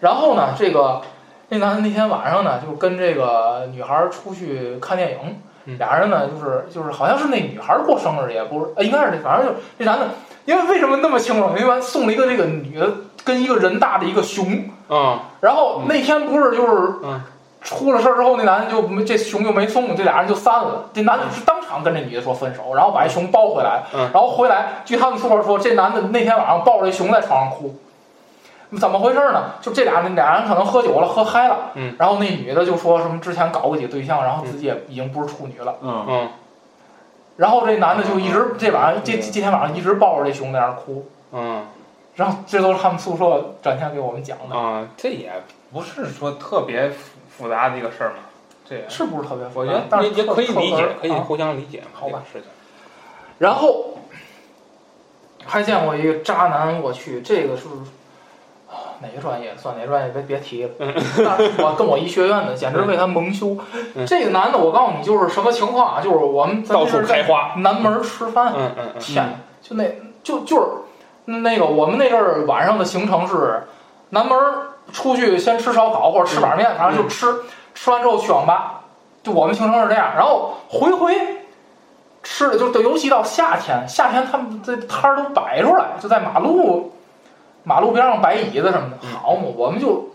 S4: 然后呢，这个那男的那天晚上呢，就跟这个女孩儿出去看电影，
S5: 嗯
S4: 俩人呢就是就是好像是那女孩儿过生日，也不是，呃，应该是那反正就是这男的，因为为什么那么清楚？因为送了一个这个女的跟一个人大的一个熊，
S5: 嗯
S4: 然后那天不是就是
S5: 嗯
S4: 出了事儿之后，那男的就没这熊就没送，这俩人就散了。这男的是当场跟这女的说分手，然后把这熊抱回来，
S5: 嗯
S4: 然后回来，据他们宿舍说，这男的那天晚上抱着这熊在床上哭。怎么回事呢？就这俩人，俩人可能喝酒了，喝嗨了。
S5: 嗯。
S4: 然后那女的就说什么之前搞过几个对象，然后自己也已经不是处女了。
S1: 嗯，
S5: 嗯
S4: 然后这男的就一直这晚上这这天晚上一直抱着这熊在那儿哭。
S5: 嗯
S4: 然后这都是他们宿舍转天给我们讲的，
S5: 啊，这也不是说特别复复杂的一个事儿嘛，这也
S4: 是不是特别复
S5: 我
S4: 杂？
S5: 觉得
S4: 但
S5: 也
S4: 是
S5: 也
S4: 特
S5: 可以理解
S4: 特，
S5: 可以
S4: 啊
S5: 互相理解嘛，
S4: 好吧
S5: 这个事情。
S4: 然后还见过一个渣男，我去，这个是啊哪个专业？算哪个专业？别别提了。但是我跟我一学 院的，简直为他蒙羞。
S5: 嗯
S4: 这个男的，我告诉你，就是什么情况啊？就是我们咱
S5: 到
S4: 们就
S5: 处
S4: 是
S5: 开
S4: 在
S5: 花，
S4: 南门吃饭，
S5: 嗯嗯嗯，
S4: 天，就那就就是那个我们那阵儿晚上的行程是南门出去先吃烧烤或者吃板
S5: 嗯
S4: 面，反正就吃，吃完之后去网吧。就我们行程是这样，然后回回吃的就就尤其到夏天，夏天他们这摊儿都摆出来，就在马路马路边上摆椅子什么的。
S5: 嗯
S4: 好嘛，我们就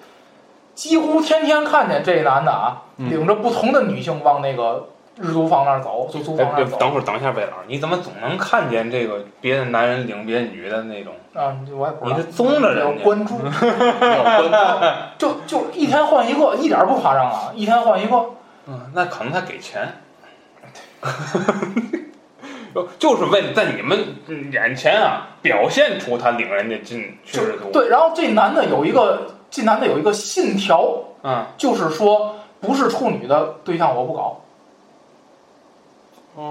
S4: 几乎天天看见这男的啊，
S1: 嗯
S4: 领着不同的女性往那个日租房那儿走，就租
S5: 哎
S4: 房，那
S5: 别
S4: 儿走。
S5: 等会儿，等一下，贝老师，你怎么总能看见这个别的男人领别的女的那种？
S4: 啊，我也不
S5: 你
S4: 知道。
S5: 是宗着人
S4: 要
S5: 家，
S4: 关注，
S1: 要关
S4: 就就一天换一个，一点儿不夸张啊，一天换一个。
S5: 嗯，那可能他给钱， 就是为了在你们眼前啊表现出他领人家进去的多。
S4: 对，然后这男的有一个，这男的有一个信条，
S5: 嗯，
S4: 就是说不是处女的对象我不搞，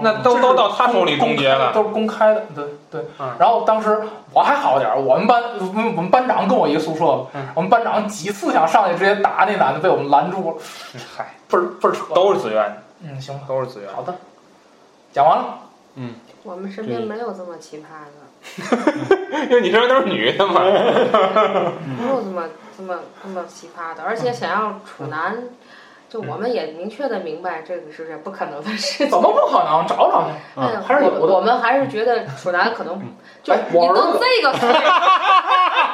S5: 那都
S4: 这是
S5: 都到他手里终结了。
S4: 都是公开的，对对
S5: 嗯。
S4: 然后当时我还好点儿，我们班嗯我们班长跟我一个宿舍嘛
S5: 嗯，
S4: 我们班长几次想上去直接打那男的，被我们拦住了，
S5: 嗨，
S4: 倍儿倍儿扯。
S5: 都是自愿的，
S4: 嗯，行吧，
S5: 都是自愿的。
S4: 好的，讲完了，
S3: 我们身边没有这么奇葩 的，
S5: 因为你身边都是女的嘛。
S3: 没有这么这么这么奇葩的，而且想要处男，就我们也明确的明白这个是不可能的事情。
S4: 哎怎么不可能？找找去。
S1: 嗯
S3: 哎呀
S4: 哦还是有的
S3: 我我们还是觉得处男可能就
S4: 哎
S3: 你
S4: 我儿
S3: 都
S4: 子
S3: 这个岁 数，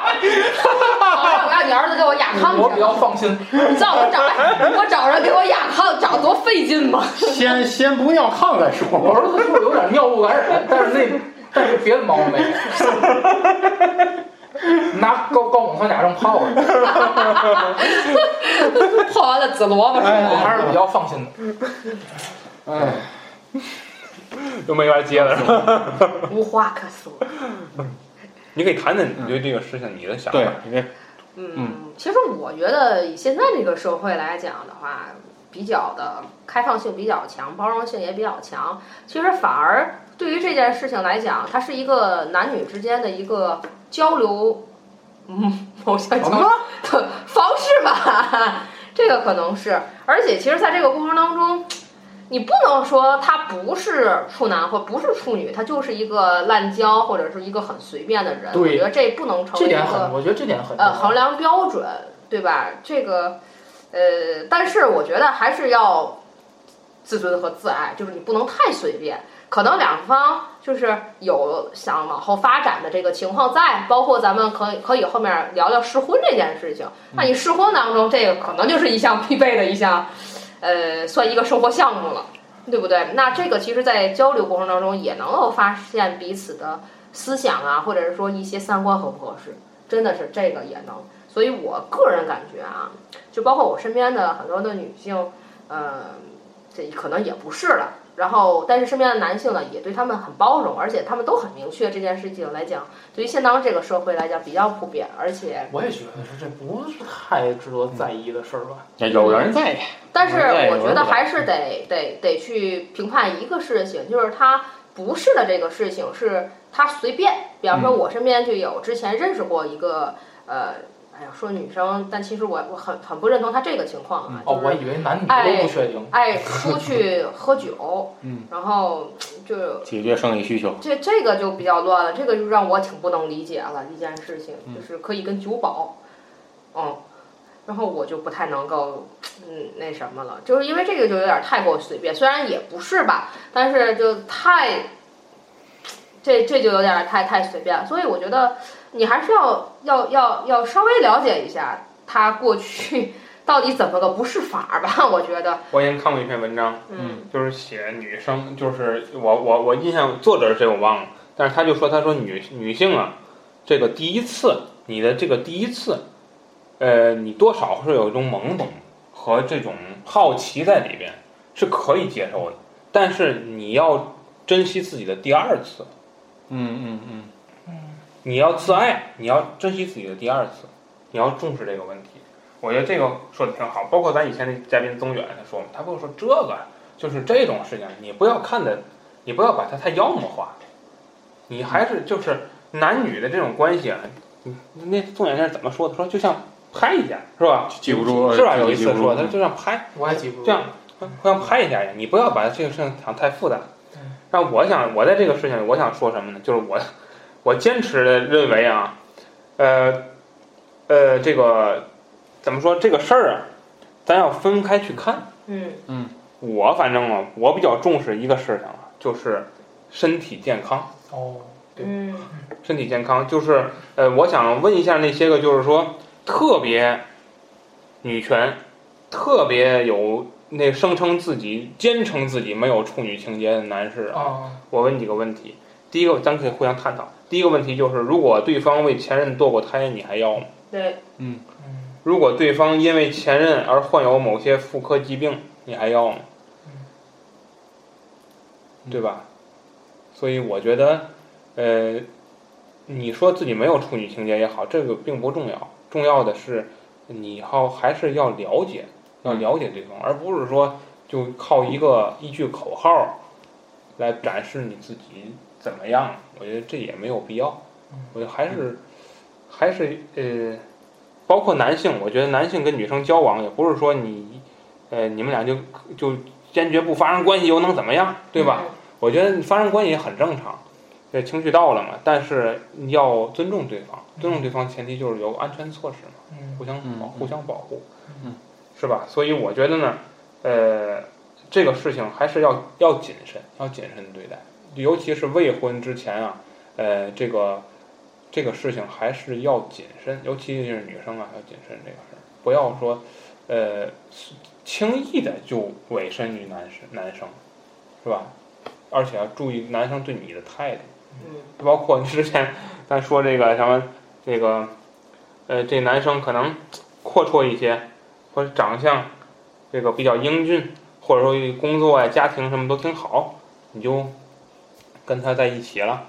S3: 我让我让你儿子给我压炕
S4: 嗯我比
S3: 去
S4: 较，放心。
S3: 你知道 我找人我找人给我压炕找多费劲吗？
S7: 先先不尿炕再 说。
S4: 我儿子就是有点尿路感染，但是那但是别的毛病没有。拿高高锰酸钾正泡着，
S3: 泡完了紫萝卜是
S4: 我
S3: 吧？
S4: 还哦是比较放心的。
S1: 嗯
S7: 哎，
S5: 就没法接了，是吧？
S3: 无话可说。
S5: 你可以谈谈你对这个事情你的想法。
S1: 对，你这
S3: 嗯，其实我觉得以现在这个社会来讲的话，比较的开放性比较强，包容性也比较强。其实反而对于这件事情来讲，它是一个男女之间的一个交流，嗯，某项交流方式吧。这个可能是，而且其实在这个过程当中，你不能说他不是处男或不是处女，他就是一个滥交或者是一个很随便的人。
S4: 对
S3: 我觉得这不能成
S4: 这
S3: 为一
S4: 点
S3: 个
S4: 很，我觉得这点很
S3: 呃衡量标准，对吧？这个，呃，但是我觉得还是要自尊和自爱，就是你不能太随便。可能两方就是有想往后发展的这个情况在，包括咱们可以可以后面聊聊试婚这件事情。那你试婚当中，这个可能就是一项必备的一项，呃，算一个生活项目了，对不对？那这个其实，在交流过程当中也能够发现彼此的思想啊，或者是说一些三观合不合适。真的是这个也能。所以我个人感觉啊，就包括我身边的很多的女性，呃，这可能也不是了。然后，但是身边的男性呢，也对他们很包容，而且他们都很明确这件事情来讲，对于现当这个社会来讲比较普遍，而且，
S4: 我也觉得是，这不是太值得在意的事儿吧？
S1: 也有人在意，
S3: 但是
S1: 对
S3: 我觉得
S1: 我
S3: 还是得得得去评判一个事情，就是他不是的这个事情是他随便，比方说我身边就有之前认识过一个，呃，哎呀，说女生，但其实我我很很不认同她这个情况啊，
S4: 哦
S3: 就，
S4: 我
S3: 是
S4: 以为男女
S3: 哎
S4: 都不确定。
S3: 爱出去喝酒，
S1: 嗯，
S3: 然后就
S1: 解决生理需求。
S3: 这这个就比较乱了，这个就让我挺不能理解了一件事情，
S1: 嗯
S3: 就是可以跟酒保，嗯，然后我就不太能够，嗯，那什么了，就是因为这个就有点太过随便，虽然也不是吧，但是就太，这这就有点太太随便了，所以我觉得你还是要要要要稍微了解一下他过去到底怎么个不是法儿吧，我觉得，
S5: 我以前看过一篇文章，
S3: 嗯
S5: 就是写女生，就是我我我印象作者是谁我忘了，但是他就说他说女女性啊，这个第一次你的这个第一次，呃，你多少是有一种懵懂和这种好奇在里边，是可以接受的，但是你要珍惜自己的第二次，
S1: 嗯嗯嗯，
S5: 你要自爱，你要珍惜自己的第二次，你要重视这个问题。我觉得这个说的挺好，包括咱以前的嘉宾宗远他说嘛，他跟我说这个就是这种事情，你不要看的，你不要把它太妖魔化，你还是就是男女的这种关系啊，你那宗远那是怎么说的？说就像拍一下是吧？
S1: 记不住
S5: 是吧？
S1: 记
S5: 有一
S1: 记
S5: 次
S1: 不住
S5: 说他就像拍。
S4: 我也记不住。
S5: 这样互相拍一下呀，你不要把这个事情想太复杂
S4: 对。
S5: 那我想，我在这个事情，我想说什么呢？就是我， 我坚持的认为啊，呃，呃，这个怎么说这个事儿啊，咱要分开去看。
S3: 嗯
S5: 我反正啊，我比较重视一个事情啊，就是身体健康。
S4: 哦，对
S3: 嗯
S5: 身体健康，就是呃，我想问一下那些个，就是说特别女权，特别有那声称自己坚称自己没有处女情节的男士啊，
S4: 啊，
S5: 我问几个问题。第一个，咱可以互相探讨。第一个问题就是，如果对方为前任堕过胎，你还要吗？
S3: 对，
S4: 嗯，
S5: 如果对方因为前任而患有某些妇科疾病，你还要吗
S4: 嗯？
S5: 对吧？所以我觉得，呃，你说自己没有处女情节也好，这个并不重要，重要的是你要还是要了解，要了解对方，而不是说就靠一个一句口号来展示你自己怎么样，我觉得这也没有必要。我觉得还是还是呃，包括男性，我觉得男性跟女生交往也不是说你呃你们俩就就坚决不发生关系又能怎么样，对吧？？我觉得发生关系也很正常，这情绪到了嘛。但是要尊重对方，尊重对方前提就是有安全措施嘛，
S4: 嗯
S5: 互相
S1: 嗯
S5: 保
S1: 嗯
S5: 互相保护，
S1: 嗯，
S5: 是吧？所以我觉得呢，呃，这个事情还是要要谨慎，要谨慎对待，尤其是未婚之前啊，呃，这个这个事情还是要谨慎，尤其是女生啊，要谨慎这个事儿，不要说呃轻易的就委身于男生男生，是吧？而且要注意男生对你的态度，
S3: 嗯
S5: 包括之前咱说这个什么这个，呃，这男生可能阔绰一些，或者长相这个比较英俊，或者说工作呀、家庭什么都挺好，你就跟他在一起了，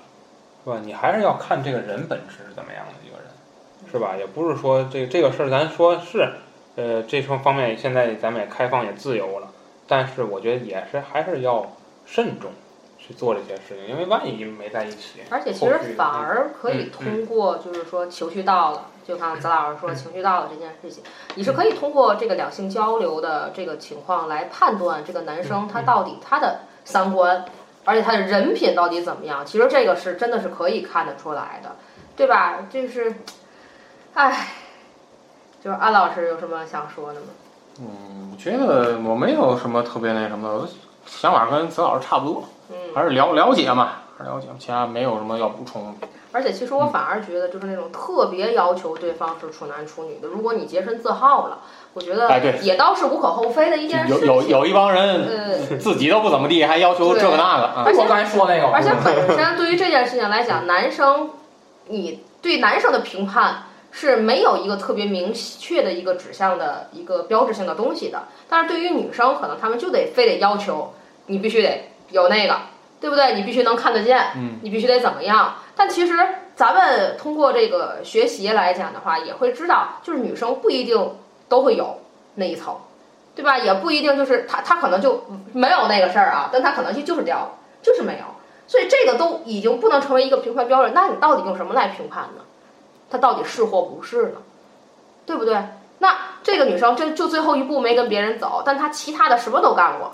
S5: 是吧？你还是要看这个人本质是怎么样的一个人，是吧？也不是说这这个事儿，咱说是，呃，这方方面现在咱们也开放也自由了，但是我觉得也是还是要慎重去做这些事情，因为万一没在一起，
S3: 而且其实反而可以通过，就是说情绪到了，就像咱老师说情绪到了这件事情，你是可以通过这个两性交流的这个情况来判断这个男生他到底他的三观，而且他的人品到底怎么样。其实这个是真的是可以看得出来的，对吧？就是，唉，就是安老师有什么想说的吗？
S1: 嗯，我觉得我没有什么特别那什么的，我的想法跟子老师差不多，还
S3: 嗯，
S1: 是了了解嘛，还是了解，其他没有什么要补充的。
S3: 而且其实我
S1: 嗯
S3: 反而觉得，就是那种特别要求对方是处男处女的，如果你洁身自好了，我觉得
S1: 哎对
S3: 也倒是无可厚非的一件事
S1: 有
S3: 情。
S1: 有有一帮人
S3: 呃，
S1: 自己都不怎么地，还要求这个那个啊
S3: 而，且
S4: 我刚才说那个，
S3: 而且本身对于这件事情来讲，男生，你对男生的评判是没有一个特别明确的一个指向的一个标志性的东西的。但是对于女生，可能他们就得非得要求你必须得有那个，对不对？你必须能看得见，
S1: 嗯，
S3: 你必须得怎么样。但其实咱们通过这个学习来讲的话，也会知道，就是女生不一定都会有那一层。对吧？也不一定就是她，她可能就没有那个事儿啊，但她可能就就是掉了，就是没有。所以这个都已经不能成为一个评判标准，那你到底用什么来评判呢？他到底是或不是呢？对不对？那这个女生这就最后一步没跟别人走，但她其他的什么都干过，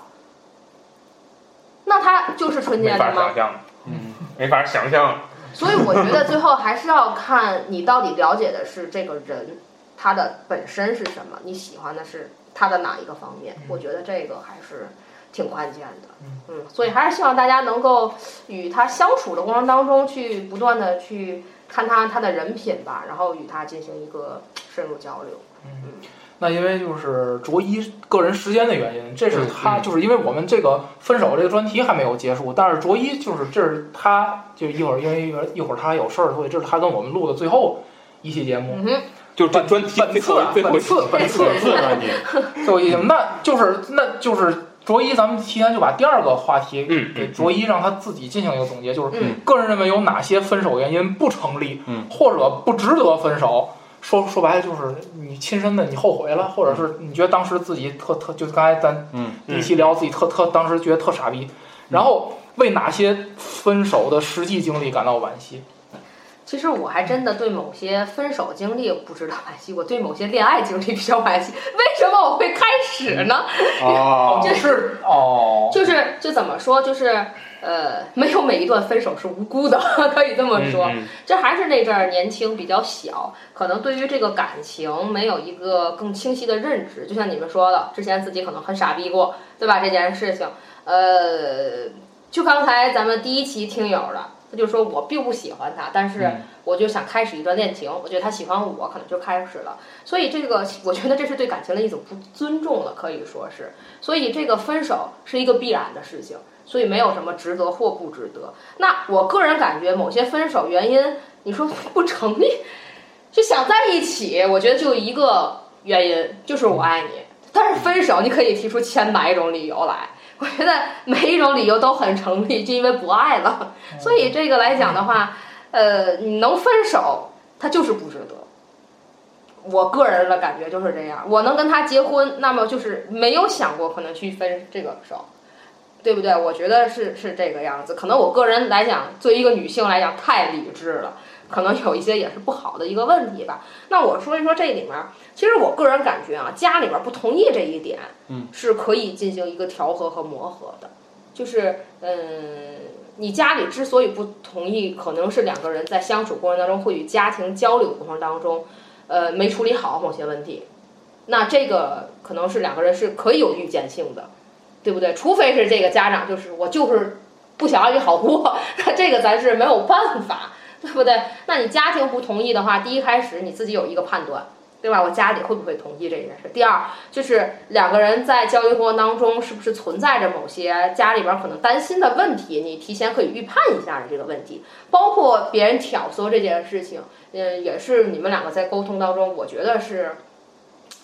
S3: 那她就是纯洁
S5: 没
S3: 的
S5: 法
S3: 吗
S5: 想？象，
S1: 嗯，
S5: 没法想象。
S3: 所以我觉得最后还是要看你到底了解的是这个人，他的本身是什么，你喜欢的是他的哪一个方面
S4: 嗯。
S3: 我觉得这个还是挺关键的。嗯，所以还是希望大家能够与他相处的过程当中，去不断的去看他他的人品吧，然后与他进行一个深入交流。
S4: 那因为就是着一个人时间的原因，这是
S5: 嗯
S4: 他就是因为我们这个分手这个专题还没有结束，但是着一就是这是他就一会儿因为一会儿一会儿他有事儿，所以这是他跟我们录的最后一期节目。
S3: 嗯哼，
S5: 就这专题
S4: 本
S5: 最
S4: 次
S5: 后
S4: 啊
S5: 最后
S4: 本次本次
S1: 各自专题，
S4: 最后一期节目，那就是那就是着一，咱们提前就把第二个话题
S5: 嗯
S4: 给
S5: 嗯
S4: 着一，让他自己进行一个总结，就是
S3: 嗯
S4: 个人认为有哪些分手原因不成立，
S1: 嗯
S4: 或者不值得分手。说说白了就是你亲身的你后悔了，或者是你觉得当时自己特特就是刚才咱
S1: 嗯
S5: 嗯
S4: 第一期聊自己特特当时觉得特傻逼，然后为哪些分手的实际经历感到惋惜？
S3: 其实我还真的对某些分手经历不知道惋惜，我对某些恋爱经历比较 惋惜。为什么我会开始呢？
S5: 嗯
S1: 哦，
S3: 就是
S4: 哦，
S3: 就是就怎么说，就是呃，没有每一段分手是无辜的， 可以这么说。
S5: 嗯
S3: 这还是那阵儿年轻，比较小，可能对于这个感情没有一个更清晰的认知。就像你们说的，之前自己可能很傻逼过，对吧？这件事情，呃，就刚才咱们第一期听友的，他就说我并不喜欢他，但是
S1: 嗯
S3: 我就想开始一段恋情，我觉得他喜欢我，可能就开始了。所以这个，我觉得这是对感情的一种不尊重了，可以说是。所以这个分手是一个必然的事情，所以没有什么值得或不值得。那我个人感觉，某些分手原因，你说不成立，就想在一起，我觉得就一个原因，就是我爱你。但是分手，你可以提出千百种理由来，我觉得每一种理由都很成立，就因为不爱了。所以这个来讲的话，呃，你能分手，他就是不值得。我个人的感觉就是这样，我能跟他结婚，那么就是没有想过可能去分这个手，对不对？我觉得是是这个样子。可能我个人来讲，作为一个女性来讲，太理智了，可能有一些也是不好的一个问题吧。那我说一说这里面，其实我个人感觉啊，家里面不同意这一点，
S1: 嗯，
S3: 是可以进行一个调和和磨合的。就是，嗯，你家里之所以不同意，可能是两个人在相处过程当中，会与家庭交流过程当中，呃，没处理好某些问题。那这个可能是两个人是可以有预见性的，对不对？除非是这个家长就是我就是不想让你好过， 那这个咱是没有办法，对不对？那你家庭不同意的话，第一开始你自己有一个判断，对吧？我家里会不会同意这件事？第二就是两个人在交流过程当中，是不是存在着某些家里边可能担心的问题？你提前可以预判一下你这个问题，包括别人挑唆这件事情，嗯，也是你们两个在沟通当中，我觉得是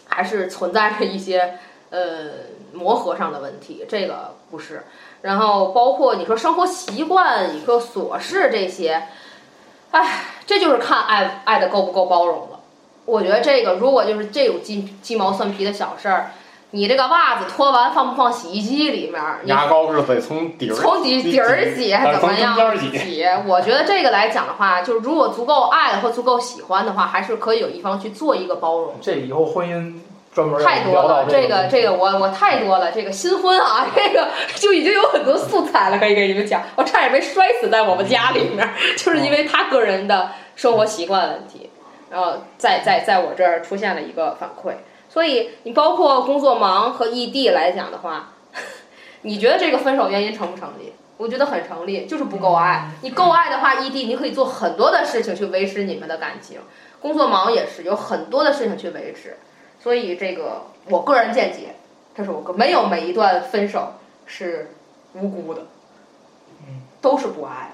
S3: 还是存在着一些呃磨合上的问题，这个不是。然后包括你说生活习惯，你说琐事这些，哎，这就是看爱爱的够不够包容了。我觉得这个如果就是这种鸡鸡毛蒜皮的小事儿，你这个袜子脱完放不放洗衣机里面？你
S8: 牙膏是得从底儿呃
S3: 从底底儿挤还是怎么样
S8: 从中间
S3: 挤？我觉得这个来讲的话，就是如果足够爱和足够喜欢的话，还是可以有一方去做一个包容。
S4: 这以后婚姻专门
S3: 太多
S4: 聊到
S3: 了，这
S4: 个
S3: 个这个我我太多了，这个新婚啊，这个就已经有很多素材了，可以给你们讲。我差点没摔死在我们家里面，就是因为他个人的生活习惯问题，然后在在在我这儿出现了一个反馈。所以你包括工作忙和异地来讲的话， 你觉得这个分手原因成不成立？我觉得很成立，就是不够
S4: 嗯
S3: 爱。你够爱的话，异地你可以做很多的事情去维持你们的感情，工作忙也是有很多的事情去维持。所以这个我个人见解，这是我个没有每一段分手是无辜的，
S4: 嗯，
S3: 都是不爱了，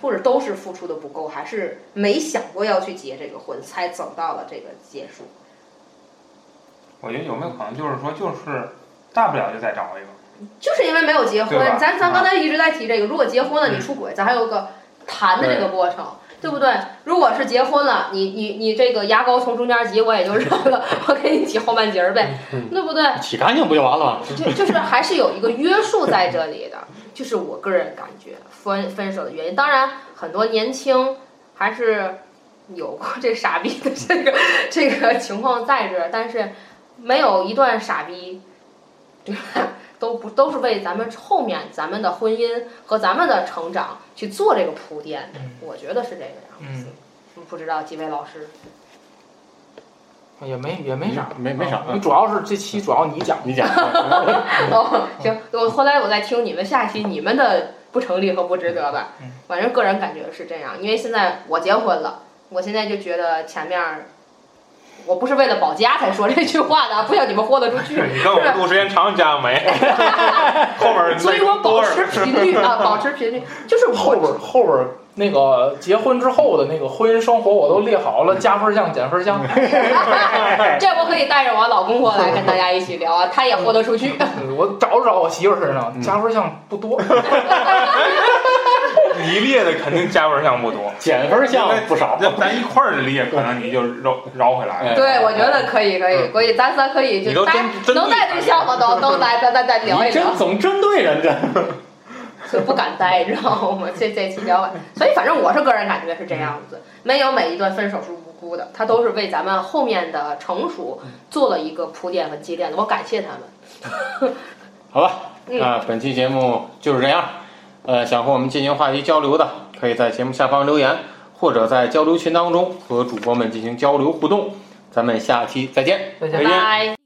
S3: 或者都是付出的不够，还是没想过要去结这个婚，才走到了这个结束。
S5: 我觉得有没有可能就是说，就是大不了就再找一个。
S3: 就是因为没有结婚
S5: 对吧，
S3: 咱咱
S5: 啊
S3: 刚才一直在提这个，如果结婚了你
S5: 嗯
S3: 出轨，咱还有个谈的这个过程。对不对？如果是结婚了，你你你这个牙膏从中间挤，我也就 认了，我给你挤后半截儿呗，
S5: 嗯
S3: 对不对？
S1: 洗干净不就完了吗？
S3: 就就是还是有一个约束在这里的，就是我个人感觉分分手的原因。当然，很多年轻还是有过这傻逼的这个这个情况在这儿，但是没有一段傻逼，对吧？都不都是为咱们后面咱们的婚姻和咱们的成长去做这个铺垫的
S4: 嗯，
S3: 我觉得是这个样子。不知道几位老师，
S4: 也没也没啥，嗯
S1: 没没啥嗯
S4: 你主要是这期主要你讲，
S1: 你讲，
S3: 哦，行，我后来我再听你们下一期你们的不成立和不值得吧
S4: 嗯。
S3: 反正个人感觉是这样，因为现在我结婚了，我现在就觉得前面儿，我不是为了保家才说这句话的啊，不像你们豁得出去。
S5: 你跟我们录时间长，加 上没？后面
S3: 所以我保 持频率啊，保持频率，就是
S4: 后边
S3: 我
S4: 后边那个结婚之后的那个婚姻生活我都列好了，加分项减分 项，
S3: 这我可以带着我老公过来跟大家一起聊啊，他也豁得出去。
S4: 我找了找我媳妇儿身上
S1: 嗯
S4: 加分项不多，
S5: 你列的肯定加分项不 多，
S1: 减分项不少。
S5: 那咱一块儿列，可能你就绕绕回来了。
S3: 对，我觉得可以，可
S1: 嗯
S3: 以，可以，咱仨可以
S5: 你都
S3: 就带
S5: 真真
S3: 能带对象吗？都都来，咱咱咱聊一
S1: 你
S3: 聊
S1: 真。总针对人家，
S3: 就不敢待， 你知道吗？这这期聊完，所以反正我是个人感觉是这样子，没有每一段分手是无辜的，他都是为咱们后面的成熟做了一个铺垫和积淀的，我感谢他们。
S1: 好吧？
S3: 嗯
S1: 那本期节目就是这样。呃，想和我们进行话题交流的，可以在节目下方留言，或者在交流群当中和主播们进行交流互动。咱们下期再见，
S4: 再见
S1: 再
S3: 拜
S1: 见。
S3: 拜。